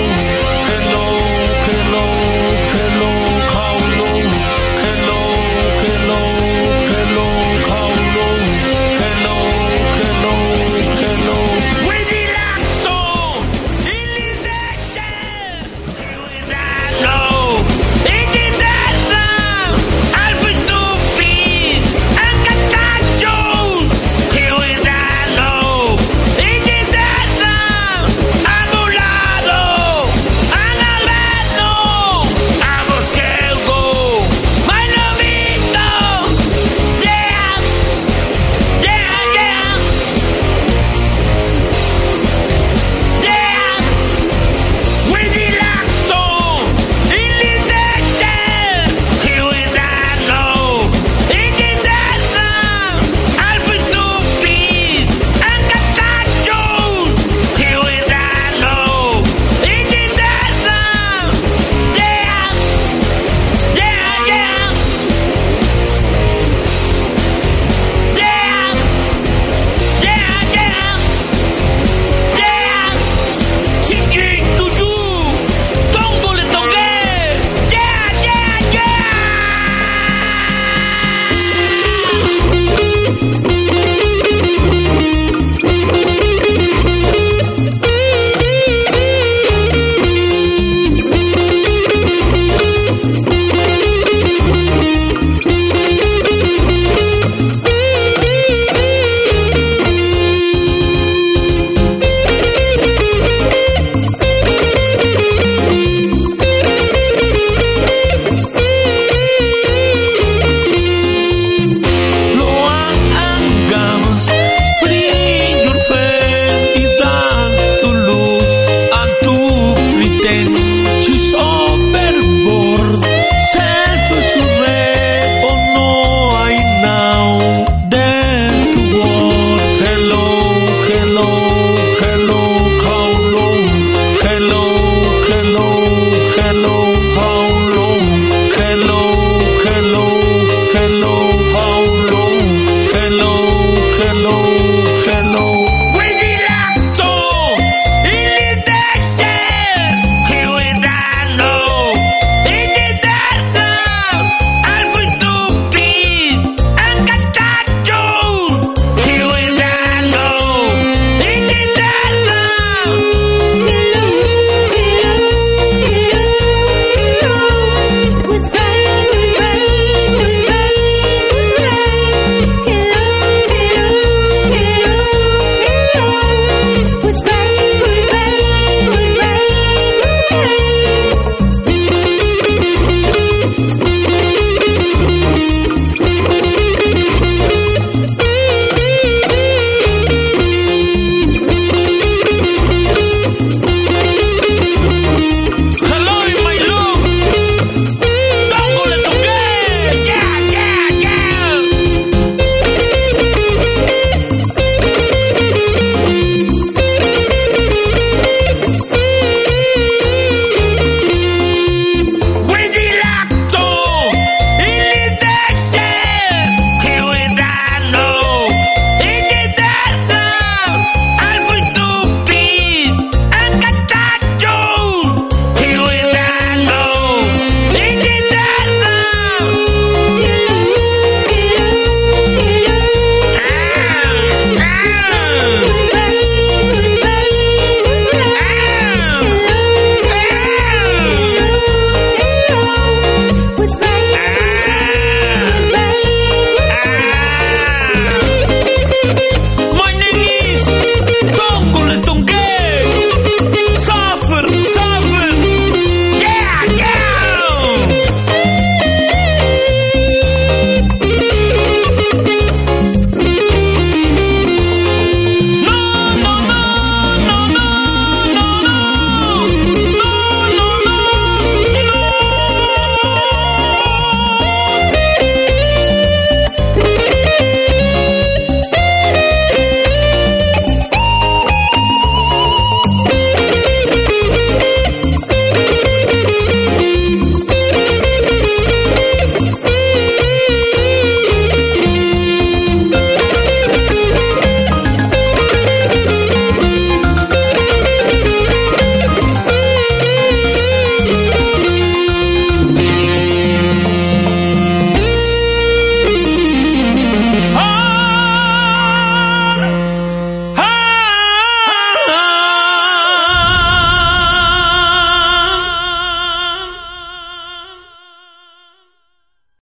G: hello, hello, hello, caulo, hello, hello, hello, caulo, hello, hello, hello. Vigilato, illidente, Vigilato, illidente, alfi tufi, al cacaccio, Vigilato, illidente.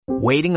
H: waiting